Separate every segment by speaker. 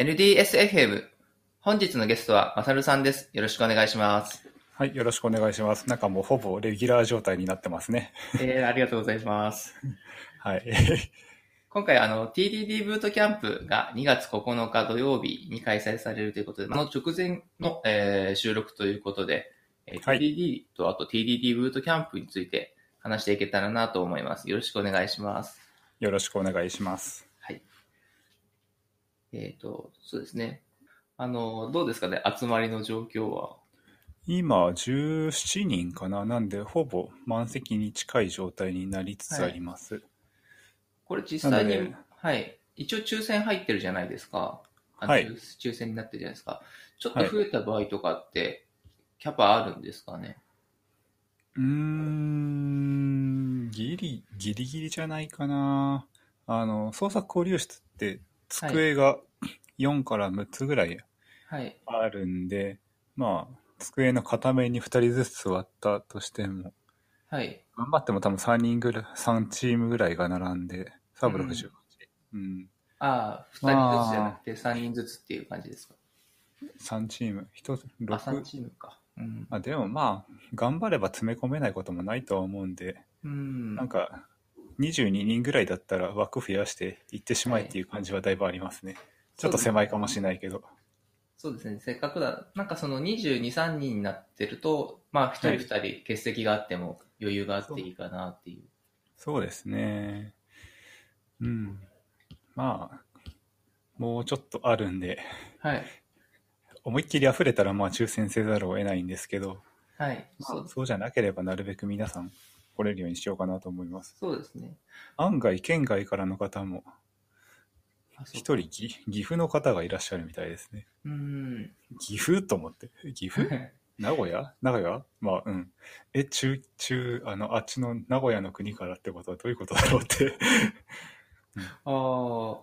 Speaker 1: NDSFM 本日のゲストはまさるさんです。よろしくお願いします。
Speaker 2: はい、よろしくお願いします。なんかもうほぼレギュラー状態になってますね。
Speaker 1: えー、ありがとうございます。
Speaker 2: はい。
Speaker 1: 今回あの TDD ブートキャンプが2月9日土曜日に開催されるということで、あの直前の、えー収録ということで、えー
Speaker 2: はい
Speaker 1: TDD とあと TDD ブートキャンプについて話していけたらなと思います。よろしくお願いします。
Speaker 2: よろしくお願いします。
Speaker 1: えっ、と、そうですね。あの、どうですかね、集まりの状況は。
Speaker 2: 今、17人かななんで、ほぼ満席に近い状態になりつつあります。
Speaker 1: これ実際に
Speaker 2: なので、
Speaker 1: はい。一応抽選入ってるじゃないですか。あの
Speaker 2: はい
Speaker 1: 抽抽選になってるじゃないですか。ちょっと増えた場合とかって、キャパあるんですかね。
Speaker 2: うーん、ギリ、ギリギリじゃないかなあの、創作交流室って机が4から6つぐらい
Speaker 1: はい。
Speaker 2: あるんで、まあ、机の片面に2人ずつ座ったとしても、
Speaker 1: はい。
Speaker 2: 頑張っても多分3人ぐらい、3チームぐらいが並んで、サブロ68。うん。
Speaker 1: ああ、二人ずつじゃなくて三人ずつっていう感じですか。
Speaker 2: 3チーム。1つ、
Speaker 1: あ、三
Speaker 2: 6。
Speaker 1: チームか。うん。
Speaker 2: あ、でもまあ、頑張れば詰め込めないこともないとは思うんで、
Speaker 1: うん。
Speaker 2: なんか、22人ぐらいだったら枠増やしていってしまいっていう感じはだいぶありますね。ちょっと狭いかもしれないけど。
Speaker 1: そうですね、せっかくだ、なんかその22、3人になってると、まあ、1人、
Speaker 2: はい
Speaker 1: 2人、欠席があっても余裕があっていいかなっていう。
Speaker 2: そうですね。うん。まあ、もうちょっとあるんで、
Speaker 1: はい。
Speaker 2: 思いっきり溢れたらまあ抽選せざるを得ないんですけど、
Speaker 1: はい。
Speaker 2: まあ
Speaker 1: そう
Speaker 2: そうじゃなければなるべく皆さん来れるようにしようかなと思います。
Speaker 1: そうですね。
Speaker 2: 案外県外からの方も
Speaker 1: あそう
Speaker 2: 一人岐岐阜の方がいらっしゃるみたいですね。
Speaker 1: うん。
Speaker 2: 岐阜と思って。岐阜名古屋名古屋まあうん。え、中、中、あの、あっちの名古屋の国からってことはどういうことだろうって。
Speaker 1: ああ、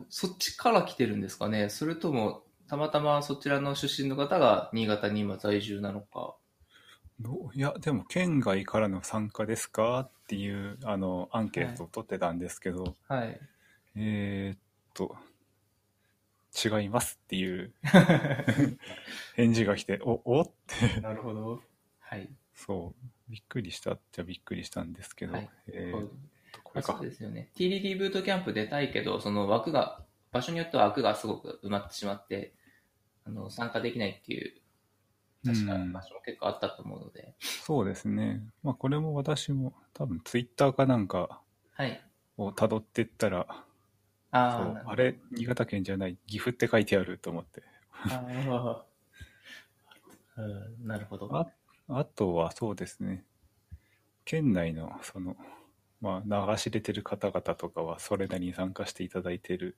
Speaker 1: そっちから来てるんですかね、それとも、たまたまそちらの出身の方が新潟に今在住なのか。
Speaker 2: どういや、でも県外からの参加ですかっていう、あの、アンケートを取ってたんですけど、
Speaker 1: はい。
Speaker 2: えーっと、違いますっていう 返事が来て、お、おって、
Speaker 1: なるほど。はい。
Speaker 2: そう、びっくりしたっちゃびっくりしたんですけど、
Speaker 1: はい
Speaker 2: えーっと、こ
Speaker 1: あ
Speaker 2: れ
Speaker 1: そ
Speaker 2: か
Speaker 1: う。ですよね。TDD ブートキャンプ出たいけど、その枠が、場所によっては枠がすごく埋まってしまって、あの参加できないっていう、確か
Speaker 2: うん
Speaker 1: 場所も結構あったと思うので、
Speaker 2: そうですね。まあ、これも私も、多分ツイッターかなんか
Speaker 1: はい。
Speaker 2: を辿ってったら、そう
Speaker 1: あー
Speaker 2: あれ、新潟県じゃない、岐阜って書いてあると思って。
Speaker 1: あー、 うん、なるほど。
Speaker 2: ああとはそうですね、県内の、その、まあ、流し出てる方々とかは、それなりに参加していただいてる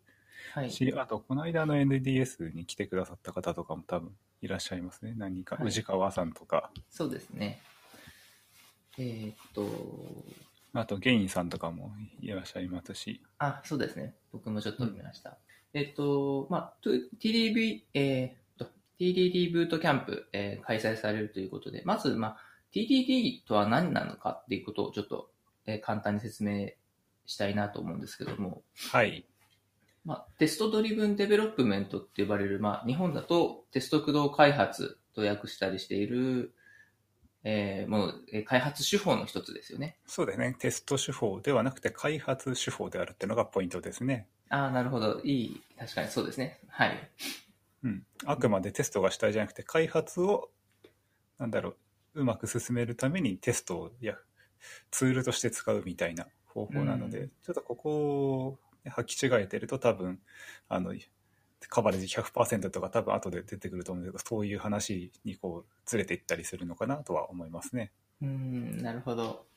Speaker 1: はい。
Speaker 2: し、あと、この間の NDS に来てくださった方とかも多分いらっしゃいますね。何人か、
Speaker 1: はい
Speaker 2: 宇治川さんとか、
Speaker 1: そうですね。えーっと、
Speaker 2: あと、ゲインさんとかもいらっしゃいますし、
Speaker 1: あ、そうですね。僕もちょっと見ました。えっと、まあ、と TDB、えーと、TDD ブートキャンプ、えー開催されるということで、まず、まあ、TDD とは何なのかっていうことをちょっと、えー簡単に説明したいなと思うんですけども、
Speaker 2: はい。
Speaker 1: まあ、テストドリブンデベロップメントって呼ばれる、まあ、日本だとテスト駆動開発と訳したりしている、えーもの、えー開発手法の一つですよね。
Speaker 2: そうですね。テスト手法ではなくて、開発手法であるっていうのがポイントですね。
Speaker 1: ああ、なるほど。いい。確かにそうですね。はい。
Speaker 2: うん。あくまでテストが主体じゃなくて、開発を、なんだろう、うまく進めるためにテストをやツールとして使うみたいな方法なので、
Speaker 1: う
Speaker 2: ちょっとここを履き違えてると多分、あの、カバレージ100%とか多分後で出てくると思うんですけど、そういう話にこう、ずれていったりするのかなとは思いますね。
Speaker 1: うーん、なるほど。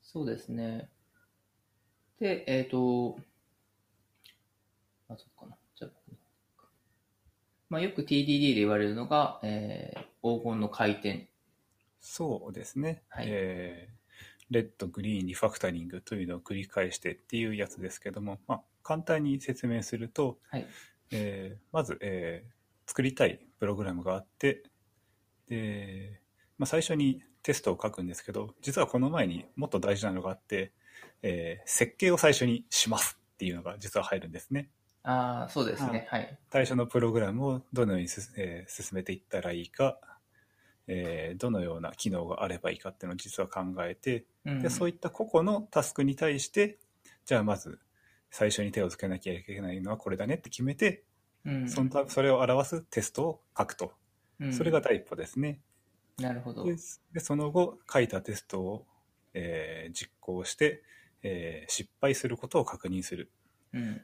Speaker 1: そうですね。で、えっ、と、あ、そっかな。じゃあまあ、よく TDD で言われるのが、えー黄金の回転。
Speaker 2: そうですね。
Speaker 1: はい
Speaker 2: えーレッド、グリーン、リファクタリングというのを繰り返してっていうやつですけども、まあ、簡単に説明すると、
Speaker 1: はい。
Speaker 2: えーまず、えー作りたいプログラムがあって、で、まあ、最初にテストを書くんですけど、実はこの前にもっと大事なのがあって、えー設計を最初にしますっていうのが実は入るんですね。
Speaker 1: ああ、そうですね。はい。
Speaker 2: 対象のプログラムをどのようにす、えー進めていったらいいか、えーどのような機能があればいいかっていうのを実は考えて、
Speaker 1: うん
Speaker 2: でそういった個々のタスクに対してじゃあまず最初に手をつけなきゃいけないのはこれだねって決めて
Speaker 1: うん
Speaker 2: そのたそれを表すテストを書くと
Speaker 1: うん
Speaker 2: それが第一歩ですね。
Speaker 1: なるほど。
Speaker 2: ででその後書いたテストを、えー実行して、えー失敗することを確認する
Speaker 1: うん。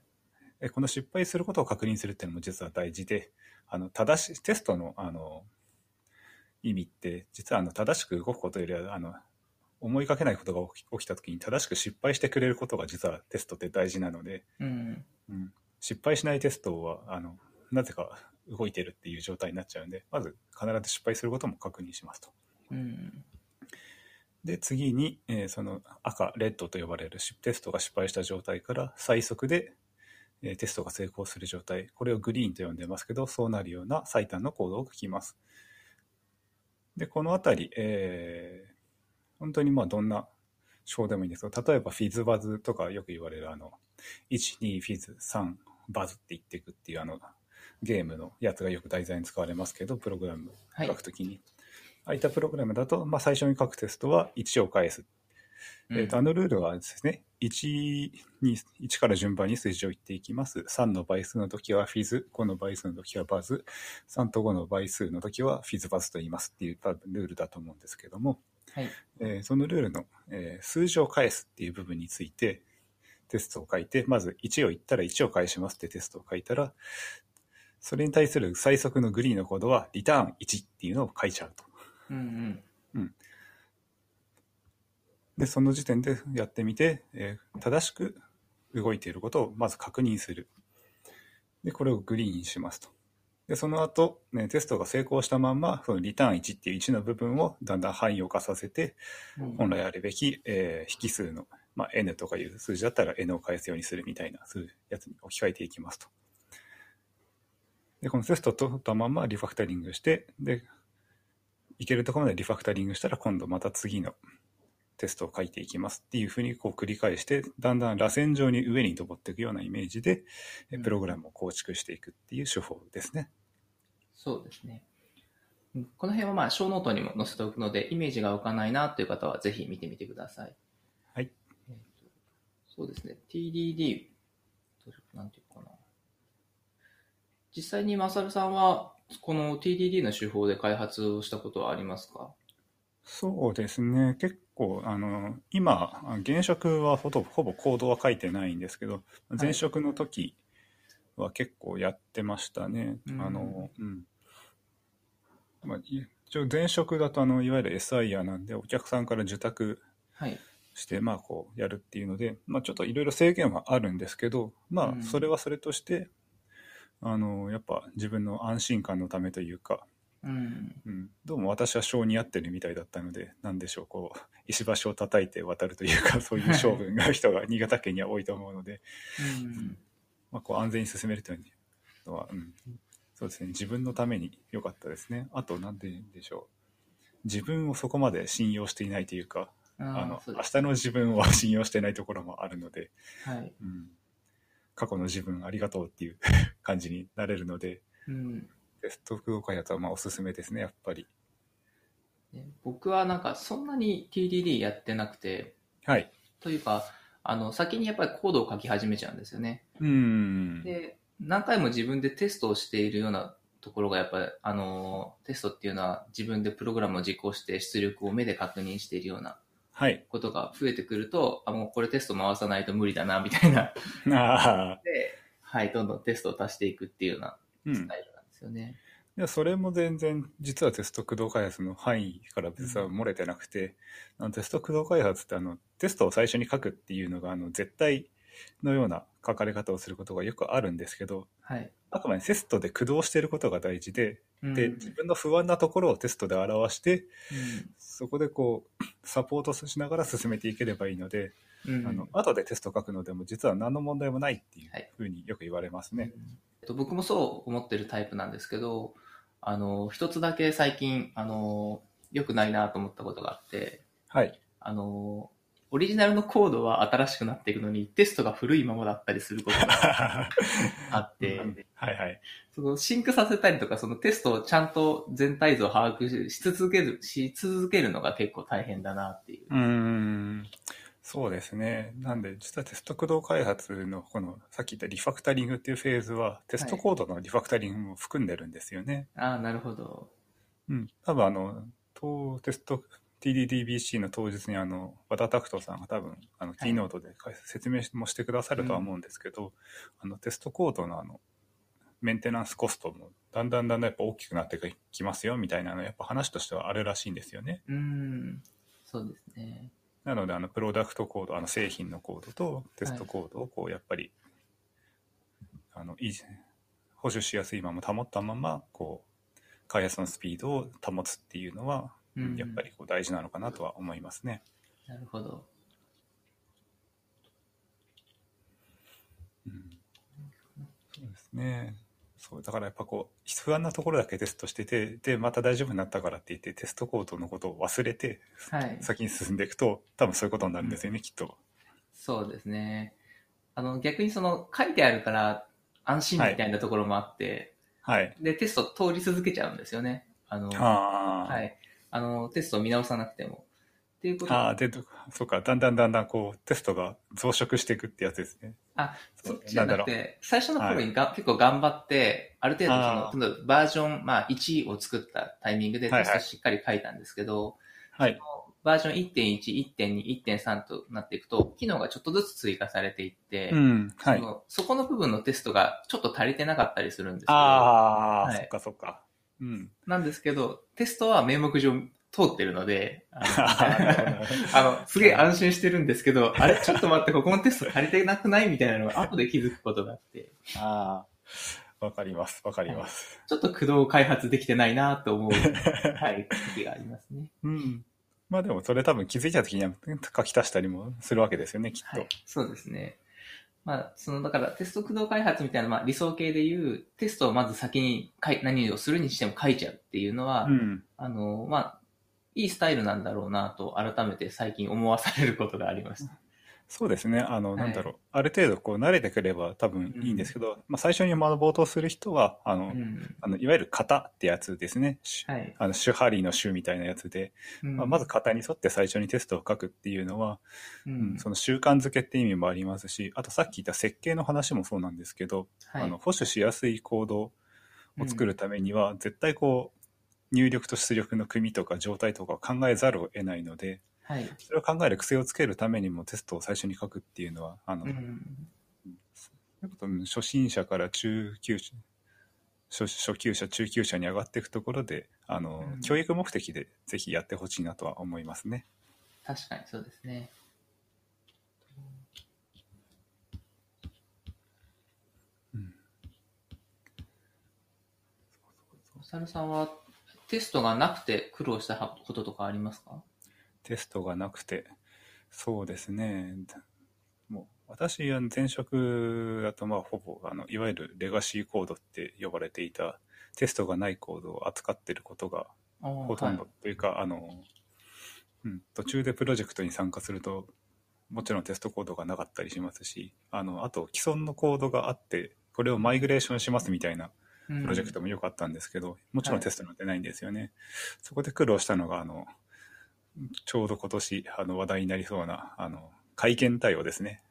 Speaker 2: えこの失敗することを確認するっていうのも実は大事であの正しテストのあの意味って実はあの正しく動くことよりはあの思いがけないことが起き起きた時に正しく失敗してくれることが実はテストって大事なので、
Speaker 1: うん。
Speaker 2: うん、失敗しないテストはあのなぜか動いてるっていう状態になっちゃうんでまず必ず失敗することも確認しますと。
Speaker 1: うん。
Speaker 2: で次に、えーその赤レッドと呼ばれるしテストが失敗した状態から最速で、えーテストが成功する状態これをグリーンと呼んでますけどそうなるような最短の行動を書きますでこの辺り、えー本当にまあどんな手法でもいいんですけど例えばフィズバズとかよく言われるあの12フィズ3バズって言っていくっていうあのゲームのやつがよく題材に使われますけどプログラム
Speaker 1: はい
Speaker 2: 書。くときに、空いたプログラムだと、まあ、最初に書くテストは1を返す。
Speaker 1: うん
Speaker 2: えーとあのルールはですね、1, に1から順番に数字を言っていきます。3の倍数の時はフィズ、5の倍数の時はバズ、3と5の倍数の時はフィズバズと言いますっていう多分ルールだと思うんですけども、
Speaker 1: はい。
Speaker 2: えーそのルールの、えー数字を返すっていう部分についてテストを書いてまず1を言ったら1を返しますってテストを書いたらそれに対する最速のグリーンのコードはリターン1っていうのを書いちゃうと
Speaker 1: うんうん。
Speaker 2: でその時点でやってみて、えー正しく動いていることをまず確認するでこれをグリーンにしますとでその後、ね、テストが成功したまんまそのリターン1っていう1の部分をだんだん汎用化させて
Speaker 1: うん
Speaker 2: 本来あるべき、えー引数の、まあ、n とかいう数字だったら n を返すようにするみたいなそういうやつに置き換えていきますと。で、このテストを取ったままリファクタリングして、で、いけるところまでリファクタリングしたら今度また次のテストを書いていきますっていうふうにこう繰り返して、だんだん螺旋状に上に登っていくようなイメージで、え
Speaker 1: うん
Speaker 2: プログラムを構築していくっていう手法ですね。
Speaker 1: そうですね。うんこの辺はまあ、小ノートにも載せておくので、イメージが浮かないなという方は、ぜひ見てみてください。
Speaker 2: はい
Speaker 1: えーと。そうですね。TDD、どうなんていうかな。実際にマサルさんは、この TDD の手法で開発をしたことはありますか
Speaker 2: そうですね結構あの今現職はほとほぼコードは書いてないんですけど
Speaker 1: い
Speaker 2: 前職の時は結構やってましたね、
Speaker 1: うん
Speaker 2: あのうんまあ、い一応前職だとあのいわゆる SIR なんでお客さんから受託
Speaker 1: はい。
Speaker 2: してまあこうやるっていうので、まあ、ちょっといろいろ制限はあるんですけどま
Speaker 1: うん
Speaker 2: あそれはそれとして、あのやっぱ自分の安心感のためというか
Speaker 1: うん。
Speaker 2: うん、どうも私は性に合ってるみたいだったので何でしょうこう石橋を叩いて渡るというかそういう性分が人が新潟県には多いと思 うので、
Speaker 1: うん。
Speaker 2: まあ、こう安全に進めるというのは、うん、そうですね自分のために良かったですねあと何て言うんでしょう自分をそこまで信用していないというかあ
Speaker 1: あ
Speaker 2: の
Speaker 1: あ、そう
Speaker 2: 明
Speaker 1: です。
Speaker 2: 日の自分を信用してないところもあるので、
Speaker 1: はい。
Speaker 2: うん、過去の自分ありがとうっていう 感じになれるので
Speaker 1: うん。
Speaker 2: テスト空開発はまあおすすめですねやっぱり。
Speaker 1: ね僕はなんか、そんなに TDD やってなくて、
Speaker 2: はい、
Speaker 1: というか、あの、先にやっぱりコードを書き始めちゃうんですよね。
Speaker 2: うん
Speaker 1: で、何回も自分でテストをしているようなところが、やっぱり、あの、テストっていうのは自分でプログラムを実行して出力を目で確認しているような
Speaker 2: はい。
Speaker 1: ことが増えてくると、あ、もうこれテスト回さないと無理だな、みたいな。
Speaker 2: ああ、
Speaker 1: で、はい、どんどんテストを足していくっていうような
Speaker 2: う
Speaker 1: ス
Speaker 2: ん。
Speaker 1: タイルなんですよね。
Speaker 2: いや、それも全然、実はテスト駆動開発の範囲から実は漏れてなくて、あのテスト駆動開発ってあの、テストを最初に書くっていうのが、あの、絶対のような書かれ方をすることがよくあるんですけど、
Speaker 1: はい。
Speaker 2: あくまでテストで駆動してることが大事で、
Speaker 1: うん
Speaker 2: で、
Speaker 1: うん
Speaker 2: 自分の不安なところをテストで表して、そこでこう、 サポートしながら進めていければいいので、
Speaker 1: うん
Speaker 2: あの、後でテスト書くのでも実は何の問題もないっていう
Speaker 1: はい
Speaker 2: ふうによく言われますね。
Speaker 1: えっと、僕もそう思ってるタイプなんですけど、あの、一つだけ 最近、あの、良くないなと思ったことがあって、
Speaker 2: はい。
Speaker 1: あの、オリジナルのコードは新しくなっていくのに、テストが古いままだったりすること があって、
Speaker 2: うんはいはい。
Speaker 1: そのシンクさせたりとか、そのテストをちゃんと全体像を把握し続ける、し続けるのが結構大変だなっていう。
Speaker 2: うーん。そうですね。なんで、実はテスト駆動開発のこの、さっき言ったリファクタリングっていうフェーズは、テストコードのリファクタリングも含んでるんですよね。
Speaker 1: ああ、なるほど。
Speaker 2: うん。多分あの、当テスト、TDDBC の当日にあの、和田拓人さんが多分、あの、キーノートで解説説明もしてくださるとは思うんですけど、あの、テストコードのあの、メンテナンスコストも、だんだんだんだんやっぱ大きくなってきますよみたいなの、やっぱ話としてはあるらしいんですよね。
Speaker 1: うーん、そうですね。
Speaker 2: なので、あの、プロダクトコード、あの、製品のコードとテストコードを、こう、やっぱり、あの、維持保守しやすいまま保ったまま、こう、開発のスピードを保つっていうのは、
Speaker 1: うん
Speaker 2: やっぱりこう大事なのかなとは思いますね。
Speaker 1: なるほど。
Speaker 2: うんそうですね。そう、だからやっぱこう、不安なところだけテストしてて、で、また大丈夫になったからって言って、テストコードのことを忘れて、
Speaker 1: はい。
Speaker 2: 先に進んでいくと、多分そういうことになるんですよね、きっと。
Speaker 1: そうですね。あの、逆にその、書いてあるから安心みたいなところもあって、
Speaker 2: はい。
Speaker 1: で、テスト通り続けちゃうんですよね。あの、
Speaker 2: ああ
Speaker 1: は。い。あの、テストを見直さなくても。っていうこと
Speaker 2: ああ、で、とそうか、だんだんだんだんこう、テストが増殖していくってやつですね。
Speaker 1: あ、そ
Speaker 2: そう
Speaker 1: っちじゃなく
Speaker 2: なんだ
Speaker 1: て、最初の頃にが、結構頑張って、ある程度
Speaker 2: あー
Speaker 1: その、例えばバージョン、まあ、1を作ったタイミングで
Speaker 2: はいは
Speaker 1: テ
Speaker 2: い
Speaker 1: ストしっかり書いたんですけど、
Speaker 2: はい。
Speaker 1: バージョン1.1、1.2、1.3となっていくと、機能がちょっとずつ追加されていって、
Speaker 2: うん、はい
Speaker 1: そ。のそこの部分のテストがちょっと足りてなかったりするんですけど、
Speaker 2: ああ、
Speaker 1: はい
Speaker 2: そっかそっか。うん。
Speaker 1: なんですけど、テストは名目上通ってるので、 あ
Speaker 2: なるほどなるほ
Speaker 1: のあの、すげえ安心してるんですけど、あれちょっと待って、ここのテスト足りてなくないみたいなのが後で気づくことがあって、
Speaker 2: ど ああ、わかります、わかります。
Speaker 1: ちょっと駆動開発できてないなと思う、はい、時がありますね。
Speaker 2: うん。まあでも、それ多分気づいた時には書き足したりもするわけですよね、きっと。
Speaker 1: はい、そうですね。まあ、その、だからテスト駆動開発みたいな、まあ理想形でいう、テストをまず先に書い何をするにしても書いちゃうっていうのは、
Speaker 2: うん。
Speaker 1: あの、まあ、いいスタイルなんだろうなと、改めて最近思わされることがありました。
Speaker 2: そうですね。あの、
Speaker 1: い
Speaker 2: なんだろう。ある程度、こう、慣れてくれば多分いいんですけど、まあ、最初に冒頭する人は、あの、
Speaker 1: うん。
Speaker 2: あのいわゆる型ってやつですね。し
Speaker 1: はい。
Speaker 2: あの、主ハリーの主みたいなやつで、
Speaker 1: うん
Speaker 2: まあ、まず、型に沿って最初にテストを書くっていうのは、
Speaker 1: う
Speaker 2: うんその習慣づけって意味もありますしあとさっき言った設計の話もそうなんですけど、あの保守しやすい行動を作るためには、絶対こう入力と出力の組とか状態とかを考えざるを得ないので
Speaker 1: はい。はい。
Speaker 2: それを考える癖をつけるためにもテストを最初に書くっていうのはあの、
Speaker 1: うん。
Speaker 2: そういうことうん初心者から中級者初初級者中級者に上がっていくところであの、
Speaker 1: うん
Speaker 2: 教育目的でぜひやってほしいなとは思いますね。
Speaker 1: 確かにそうですね。お猿さんは、テストがなくて苦労したこととかありますか
Speaker 2: テストがなくて、そうですね。もう私は前職だとまあほぼあのいわゆるレガシーコードって呼ばれていたテストがないコードを扱ってることがほ
Speaker 1: ほ
Speaker 2: とんどというか、あの、うん、途中でプロジェクトに参加するともちろんテストコードがなかったりしますしあのあと既存のコードがあってこれをマイグレーションしますみたいなプロジェクトもよくあったんですけど、もちろんテストなんてないんですよね。そこで苦労したのが、あの、ちょうど今年、あの、話題になりそうな、あの、会見対応ですね。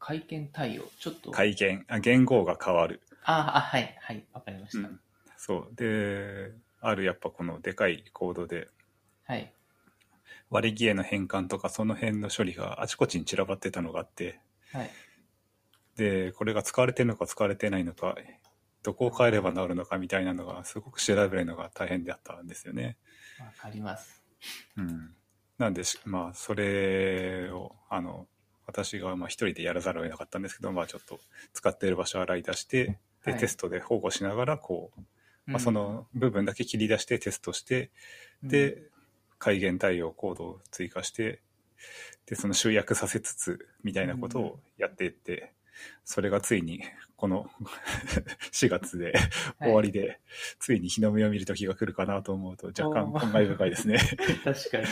Speaker 1: 会見対応、ちょっと。
Speaker 2: 会見、あ言語が変わる。
Speaker 1: ああ、はい、はい、わかりました。
Speaker 2: うんそう。で、あるやっぱこのでかいコードで、
Speaker 1: はい。
Speaker 2: 割り切れの変換とかその辺の処理があちこちに散らばってたのがあって、
Speaker 1: はい。
Speaker 2: で、これが使われてるのか使われてないのか、どこを変えれば治るのかみたいなのが、すごく調べるのが大変だったんですよね。
Speaker 1: わかります。
Speaker 2: うん、なんでしまあそれをあの私がまあ一人でやらざるを得なかったんですけど、まあ、ちょっと使っている場所を洗い出してで、
Speaker 1: はい
Speaker 2: テストで保護しながらこう、ま
Speaker 1: う
Speaker 2: あ、
Speaker 1: ん
Speaker 2: そ、の部分だけ切り出してテストして、
Speaker 1: うん、
Speaker 2: で改元対応コードを追加してでその集約させつつみたいなことをやっていって、それがついにこの 4月
Speaker 1: は
Speaker 2: で
Speaker 1: い
Speaker 2: 終わりで、ついに日の目を見る時が来るかなと思うと若干
Speaker 1: おー
Speaker 2: 感慨深いですね。
Speaker 1: 確かに。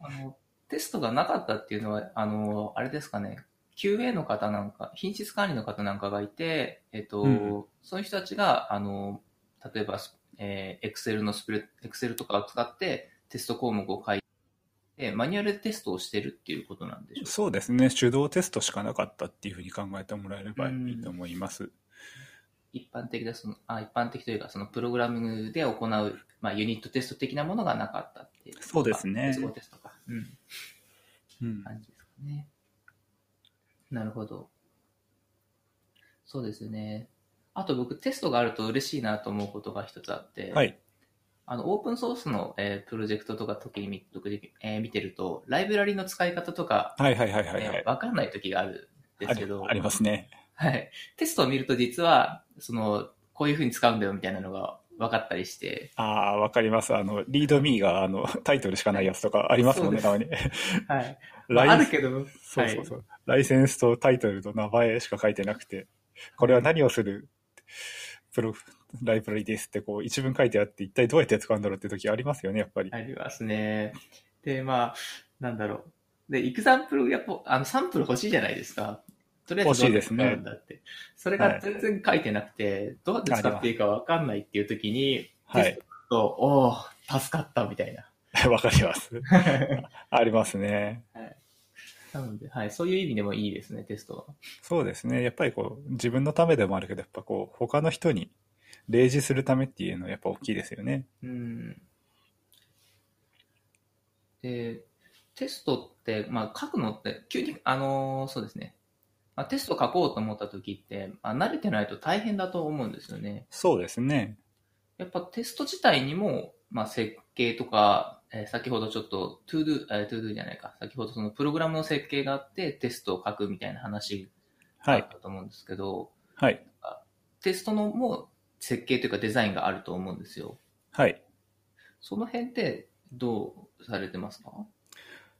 Speaker 1: あの、テストがなかったっていうのは、あの、あれですかね、QA の方なんか、品質管理の方なんかがいて、えっと、
Speaker 2: うん
Speaker 1: そういう人たちが、あの、例えば、えー、Excel のスプレ、Excel とかを使ってテスト項目を書いて、マニュアルでテストをしてるっていうことなんでしょうか
Speaker 2: そうですね手動テストしかなかったっていうふうに考えてもらえればいいと思います、
Speaker 1: 一般的だそのあ一般的というかそのプログラミングで行う、まあ、ユニットテスト的なものがなかったっていう
Speaker 2: そうですね
Speaker 1: 結合テストか、うん、
Speaker 2: うん
Speaker 1: 感じですかねなるほどそうですねあと僕テストがあると嬉しいなと思うことが一つあって、
Speaker 2: はい
Speaker 1: あのオープンソースの、えープロジェクトとか時に見時々えー見てるとライブラリの使い方とか、
Speaker 2: はいはいはいはいはい、
Speaker 1: えーわかんない時があるんですけど
Speaker 2: ありありますね
Speaker 1: はい。テストを見ると実は、その、こういう風に使うんだよみたいなのが分かったりして、
Speaker 2: ああ、わかります。あの、リードミーが、あの、タイトルしかないやつとかありますもんね、た
Speaker 1: そ
Speaker 2: まに。
Speaker 1: はい。
Speaker 2: ライン
Speaker 1: あるけど、
Speaker 2: そうそうそう。ライセンスとタイトルと名前しか書いてなくて、これは何をするプロ、ライブラリですって、こう、一文書いてあって、一体どうやって使うんだろうって時ありますよね、やっぱり。
Speaker 1: はいありますね。で、まあ、なんだろう。で、エクザンプル、やっぱ、あの、サンプル欲しいじゃないですか。とりあえずどうやって使うんだって。それが全然書いてなくて、どうやって使っていいか分かんないっていう時に、
Speaker 2: は
Speaker 1: テ
Speaker 2: い
Speaker 1: ス。トと、おおー助かったみたいな。
Speaker 2: わかります。ありますね。
Speaker 1: なので、はい、そういう意味でもいいですね、テストは。
Speaker 2: そうですね。やっぱりこう、自分のためでもあるけど、やっぱこう、他の人に例示するためっていうのはやっぱ大きいですよね。
Speaker 1: うんで、テストって、まあ、書くのって、急に、あのーそうですね。まあ、テスト書こうと思った時って、まあ、慣れてないと大変だと思うんですよね。
Speaker 2: そうですね。
Speaker 1: やっぱテスト自体にも、まあ、設計とか、えー先ほどちょっと、トゥードゥ、えー、トゥードゥじゃないか。先ほどそのプログラムの設計があって、テストを書くみたいな話が
Speaker 2: は
Speaker 1: あ
Speaker 2: い
Speaker 1: っ。たと思うんですけど、
Speaker 2: はい。
Speaker 1: テストのも設計というかデザインがあると思うんですよ。
Speaker 2: はい。
Speaker 1: その辺ってどうされてますか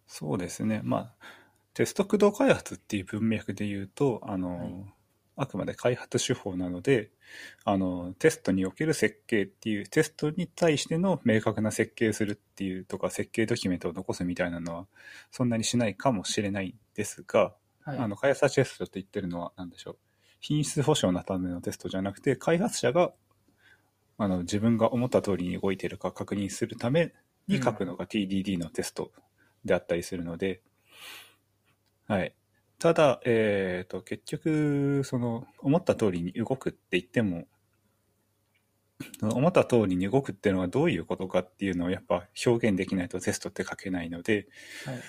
Speaker 2: そうですね。まあ、テスト駆動開発っていう文脈で言うと、あの、
Speaker 1: はい
Speaker 2: あくまで開発手法なので、あの、テストにおける設計っていう、テストに対しての明確な設計するっていうとか、設計ドキュメントを残すみたいなのは、そんなにしないかもしれないですが、
Speaker 1: はい。
Speaker 2: あの、開発者テストって言ってるのは何でしょう。品質保証のためのテストじゃなくて、開発者が、あの、自分が思った通りに動いているか確認するために書くのが TDD のテストであったりするので、はい。ただ、えっ、と、結局、その、思った通りに動くって言っても、その思った通りに動くっていうのはどういうことかっていうのをやっぱ表現できないとテストって書けないので、
Speaker 1: はい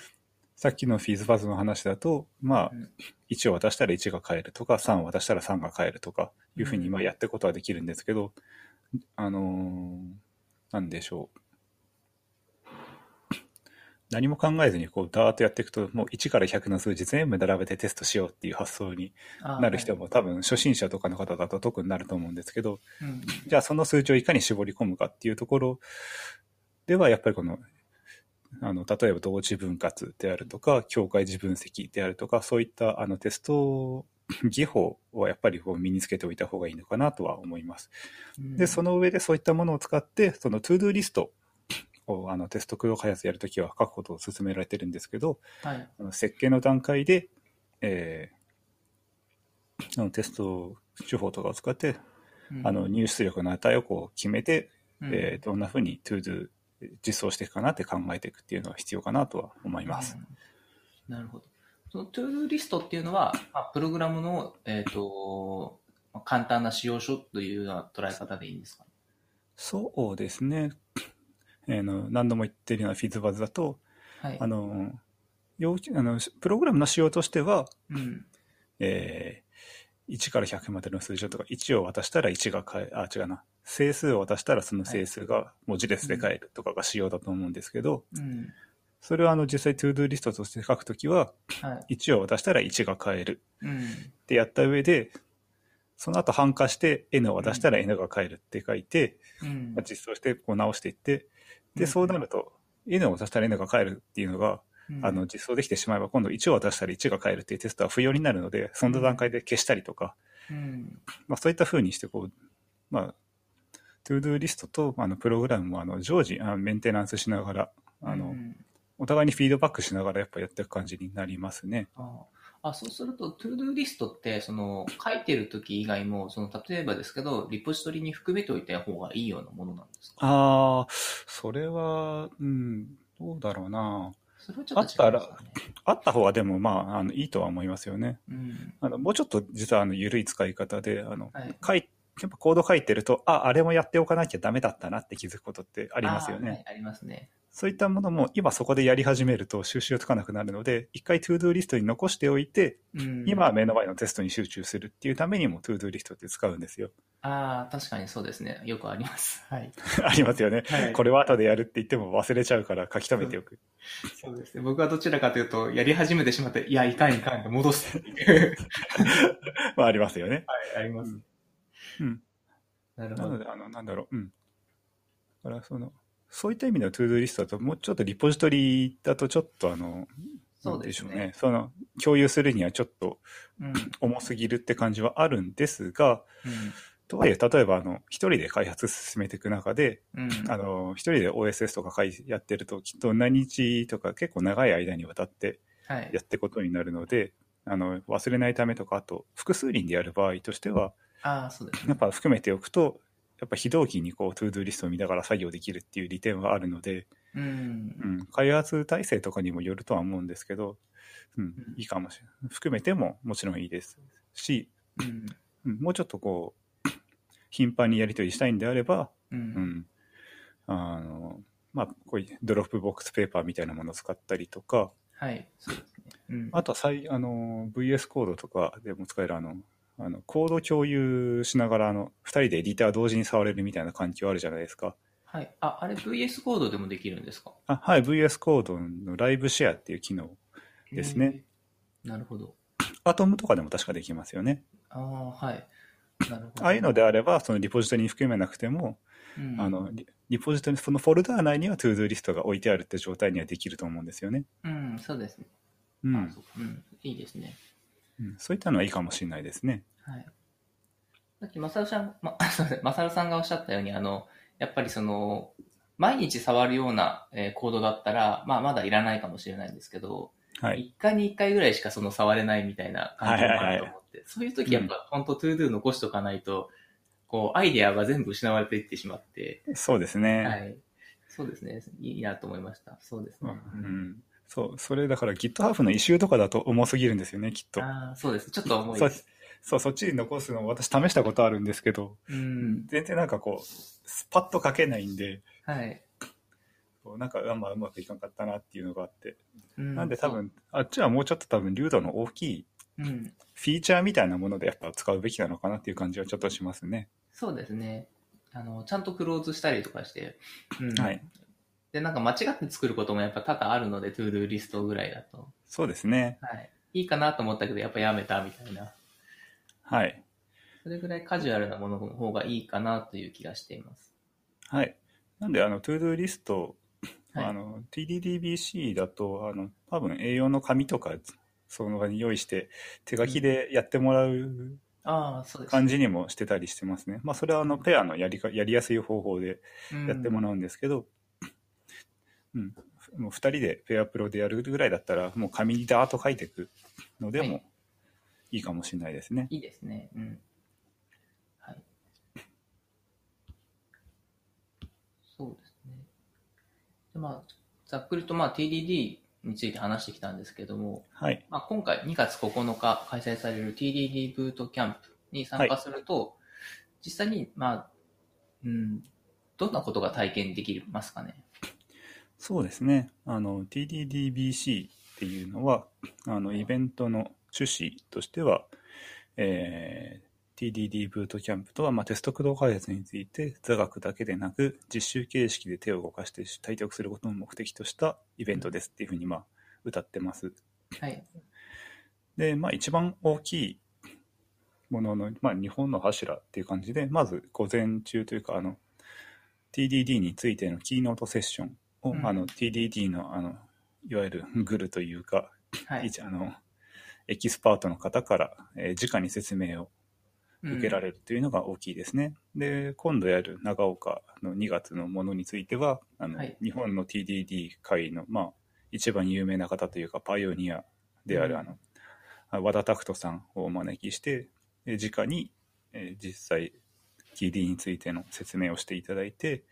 Speaker 2: さっきのフィーズパズの話だと、まあ
Speaker 1: うん、
Speaker 2: 1を渡したら1が変えるとか、3を渡したら3が変えるとか、いうふうに
Speaker 1: うん
Speaker 2: まあやっていくことはできるんですけど、あのーなんでしょう。何も考えずにこうダーッとやっていくと、もう1から100の数字全部並べてテストしようっていう発想に
Speaker 1: あー
Speaker 2: なる人も多分初心者とかの方だと特になると思うんですけど、
Speaker 1: うん
Speaker 2: じゃあその数値をいかに絞り込むかっていうところではやっぱりこのあの例えば同時分割であるとか境界時分析であるとかそういったあのテスト技法はやっぱりこう身につけておいた方がいいのかなとは思います。
Speaker 1: うん
Speaker 2: でその上でそういったものを使ってその ToDo リストをあのテスト駆動開発やるときは書くことを勧められてるんですけど、
Speaker 1: はい。
Speaker 2: あの設計の段階で、えーあのテスト手法とかを使って、
Speaker 1: うん
Speaker 2: あの、入出力の値をこう決めて、
Speaker 1: うん
Speaker 2: えーどんなふうに ToDo 実装していくかなって考えていくっていうのは必要かなとは思います。
Speaker 1: うんなるほど。そのトゥードゥリストっていうのは、まあ、プログラムの、えっ、と、まあ簡単な使用書というような捉え方でいいんですか
Speaker 2: そうですね。 えーの何度も言ってるようなフィズバズだと、
Speaker 1: はい。
Speaker 2: あの、要あのプログラムの仕様としては、
Speaker 1: うん。
Speaker 2: えー1から100までの数字とか、1を渡したら1が変え、あ、違うな。整数を渡したらその整数が文字列で変えるとかが仕様だと思うんですけど、
Speaker 1: うん。
Speaker 2: それはあの実際 ToDo リストとして書くときは、
Speaker 1: はい。
Speaker 2: 1を渡したら1が変える
Speaker 1: うん。
Speaker 2: ってやった上で、その後半化して N を渡したら N が変えるって書いて、
Speaker 1: うん
Speaker 2: まあ。実装してこう直していって、
Speaker 1: う
Speaker 2: で、
Speaker 1: ん
Speaker 2: そうなると、N を渡したら N が変えるっていうのが、あの、実装できてしまえば、今度1を渡したら1が変えるっていうテストは不要になるので、その段階で消したりとか、
Speaker 1: うん、
Speaker 2: まあ、そういったふうにしてこう、まあ、トゥードゥーリストとあのプログラムもあの常時あのメンテナンスしながらあの、
Speaker 1: うん
Speaker 2: お互いにフィードバックしながらやっぱやっていく感じになりますね。
Speaker 1: ああそうすると、トゥードゥーリストって、その、書いてる時以外も、その、例えばですけど、リポジトリに含めておいた方がいいようなものなんですか
Speaker 2: ああ、それは、うん、どうだろうな。
Speaker 1: それはちょっと違いますよね。
Speaker 2: あった方はでもまあ、あのいいとは思いますよね。
Speaker 1: うん。
Speaker 2: あのもうちょっと実はあの緩い使い方で、あの
Speaker 1: はい。
Speaker 2: 書いやっぱコード書いてると、あ、あれもやっておかなきゃダメだったなって気づくことってあ
Speaker 1: あ
Speaker 2: りますよね。
Speaker 1: ーはいありますね。
Speaker 2: そういったものも今そこでやり始めると収集がつかなくなるので、一回 to do リストに残しておいて、
Speaker 1: うん。
Speaker 2: 今は目の前のテストに集中するっていうためにも to do リストって使うんですよ。
Speaker 1: ああ、確かにそうですね。よくあります。はい。
Speaker 2: ありますよね。
Speaker 1: はい
Speaker 2: これは後でやるって言っても忘れちゃうから書き留めておく。
Speaker 1: そうですね。僕はどちらかというと、やり始めてしまって、いや、いかんいかんって戻すっていう。
Speaker 2: まあありますよね。
Speaker 1: はい、あります。
Speaker 2: うん。
Speaker 1: なる
Speaker 2: な
Speaker 1: ほ
Speaker 2: の
Speaker 1: ど。
Speaker 2: で、あの、なんだろう、うん。だから、その、そういった意味での to do リストだと、もうちょっとリポジトリだとちょっと、あの、
Speaker 1: そうです
Speaker 2: なんていん
Speaker 1: ね。
Speaker 2: でしょうね。その、共有するにはちょっと
Speaker 1: うん。
Speaker 2: 重すぎるって感じはあるんですが、とはいえ、例えば、あの、一人で開発進めていく中で、
Speaker 1: うん。うん
Speaker 2: あの、一人で OSS とか書いやってると、きっと何日とか結構長い間にわたって
Speaker 1: はい
Speaker 2: や。っていくことになるので、あの、忘れないためとか、あと、複数人でやる場合としては、
Speaker 1: ああ、そうですね。
Speaker 2: やっぱ含めておくと、やっぱ非同期にこう、トゥードゥーリストを見ながら作業できるっていう利点はあるので、
Speaker 1: うん
Speaker 2: う。ん、開発体制とかにもよるとは思うんですけど、うん
Speaker 1: うん、
Speaker 2: いいかもしれない。含めてももちろんいいですし、
Speaker 1: うん。
Speaker 2: うんもうちょっとこう、 頻繁にやり取りしたいんであれば、
Speaker 1: う。
Speaker 2: うんん、あの、まあ、こういうドロップボックスペーパーみたいなものを使ったりとか、
Speaker 1: はい。そうですね。うん。
Speaker 2: あとは最あの VS コードとかでも使えるあのあのコード共有しながらあの2人でエディター同時に触れるみたいな環境あるじゃないですか。
Speaker 1: はい。あ、あれ VS コードでもできるんですか
Speaker 2: あはい、VS コードのライブシェアっていう機能。ですね
Speaker 1: へー。なるほど。
Speaker 2: アトムとかでも確かできますよね。
Speaker 1: ああ、はい。なるほど。
Speaker 2: ああいうのであれば、そのリポジトリに含めなくても、
Speaker 1: うん、
Speaker 2: あのリリポジトリ、そのフォルダー内には To Do リストが置いてあるって状態にはできると思うんですよね。
Speaker 1: うん、そうですね。
Speaker 2: う。
Speaker 1: うんそうかうん、いいですね。
Speaker 2: うんそういったのはいいかもしれないですね。
Speaker 1: はい。さっき、まさるさん、ま、 すいません、まさるさんがおっしゃったように、あの、やっぱりその、毎日触るような、えーコードだったら、まあ、まだいらないかもしれないんですけど、
Speaker 2: はい。
Speaker 1: 1回に1回ぐらいしかその触れないみたいな感じがあると思って、
Speaker 2: はいはい
Speaker 1: そういう時やっぱ、本当トゥードゥ残しとかないと、こう、アイデアが全部失われていってしまって、
Speaker 2: そうですね。
Speaker 1: はい。そうですね。いいなと思いました。そうです
Speaker 2: う
Speaker 1: ね。
Speaker 2: ん。そう、それだから GitHub のイシューとかだと重すぎるんですよね、きっと。
Speaker 1: ああ、そうです。ちょっと重い
Speaker 2: そ
Speaker 1: で
Speaker 2: う
Speaker 1: す。
Speaker 2: そう、そっちに残すのを私試したことあるんですけど、
Speaker 1: うん。
Speaker 2: 全然なんかこう、スパッと書けないんで、
Speaker 1: はい。
Speaker 2: こうなんかあんまうまくいかんかったなっていうのがあって。
Speaker 1: うん
Speaker 2: なんで多、分、あっちはもうちょっと多分、流度の大きい
Speaker 1: そううん。
Speaker 2: フィーチャーみたいなものでやっぱ使うべきなのかなっていう感じはちょっとしますね。
Speaker 1: そうですね。あの、ちゃんとクローズしたりとかして、うん。
Speaker 2: はい。
Speaker 1: で、なんか間違って作ることもやっぱ多々あるので、トゥードゥーリストぐらいだと。
Speaker 2: そうですね。
Speaker 1: はい。いいかなと思ったけど、やっぱやめたみたいな。
Speaker 2: はい。
Speaker 1: それぐらいカジュアルなものの方がいいかなという気がしています。
Speaker 2: はい。なんで、あの、トゥードゥーリスト、
Speaker 1: はい
Speaker 2: あの、TDDBC だと、あの、多分 A4 の紙とか、その場に用意して、手書きでやってもらう
Speaker 1: ああ、そうです。
Speaker 2: 感じにもしてたりしてますね。まあ、それは、あの、ペアのやりか、やりやすい方法で
Speaker 1: うん
Speaker 2: やってもらうんですけど、うん。もう2人でペアプロでやるぐらいだったら、もう紙にダーッと書いていくので
Speaker 1: は
Speaker 2: も
Speaker 1: い
Speaker 2: いいかもしれないですね。
Speaker 1: いいですね。うん。はい。そうですね。でまあ、ざっくりと、まあ、TDD について話してきたんですけども、
Speaker 2: はい。
Speaker 1: まあ、今回2月9日開催される TDD ブートキャンプに参加すると、実際に、まあ、うん、どんなことが体験できますかね。
Speaker 2: そうですね。あの、TDDBC っていうのは、あの、イベントの趣旨としては、えー TDD ブートキャンプとは、まあ、テスト駆動開発について座学だけでなく実習形式で手を動かして対局することを目的としたイベントですっていうふうにまあ歌ってます。
Speaker 1: はい。
Speaker 2: で、まあ、一番大きいものの、まあ、日本の柱っていう感じで、まず午前中というか、あの、TDD についてのキーノートセッションを、
Speaker 1: うん
Speaker 2: あの、TDD の、あの、いわゆるグルというか、
Speaker 1: はい。
Speaker 2: 一あの、エキスパートの方から、えー直に説明を受けら
Speaker 1: る。
Speaker 2: れるというのが大きいですね。で、今度やる長岡の2月のものについては、あの、
Speaker 1: はい
Speaker 2: 日本の TDD 会の、まあ、一番有名な方というか、パイオニアであ
Speaker 1: う
Speaker 2: る
Speaker 1: ん
Speaker 2: あの、あ和田拓人さんをお招きして、えー直に、えー実際、TD についての説明をしていただいて、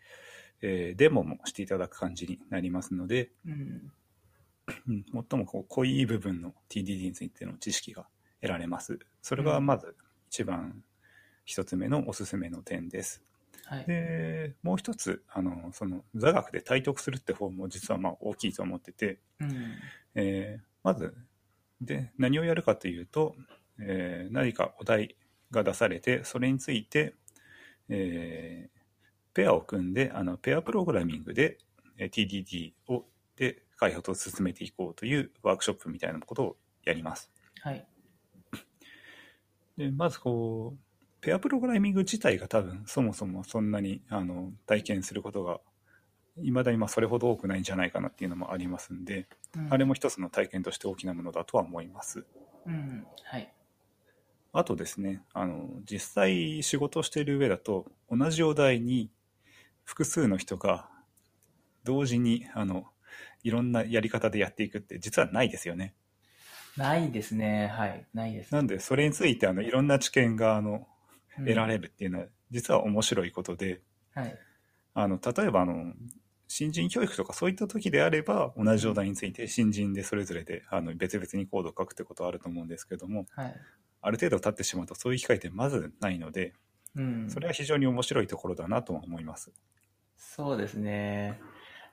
Speaker 2: えーデモもしていただく感じになりますので、
Speaker 1: うん。
Speaker 2: うん、最もこう濃い部分の TDD についての知識が得られます。それがまず一番一つ目のおすすめの点です。
Speaker 1: はい。
Speaker 2: で、もう一つ、あの、その座学で体得するって方も実はまあ大きいと思ってて、
Speaker 1: うん。
Speaker 2: えーまず、で、何をやるかというと、えー何かお題が出されて、それについて、えーペアを組んで、あの、ペアプログラミングで、えー TDD を、で、開発を進めていこうというワークショップみたいなことをやります。
Speaker 1: はい。
Speaker 2: で、まずこう、ペアプログラミング自体が多分、そもそもそんなに、あの、体験することが、いまだにまあそれほど多くないんじゃないかなっていうのもありますんで、
Speaker 1: うん
Speaker 2: あれも一つの体験として大きなものだとは思います。
Speaker 1: うん。はい。
Speaker 2: あとですね、あの、実際仕事をしている上だと、同じお題に複数の人が同時に、あの、いろんなやり方でやっていくって実はないですよね。
Speaker 1: ないですね。はい。ないです。
Speaker 2: なんで、それについて、あの、いろんな知見が、あの、
Speaker 1: うん
Speaker 2: 得られるっていうのは、実は面白いことで、
Speaker 1: はい。
Speaker 2: あの、例えば、あの、新人教育とかそういった時であれば、同じお題について新人でそれぞれで、あの、別々にコードを書くってことはあると思うんですけども、
Speaker 1: はい。
Speaker 2: ある程度経ってしまうとそういう機会ってまずないので、
Speaker 1: うん。
Speaker 2: それは非常に面白いところだなとは思います。
Speaker 1: そうですね。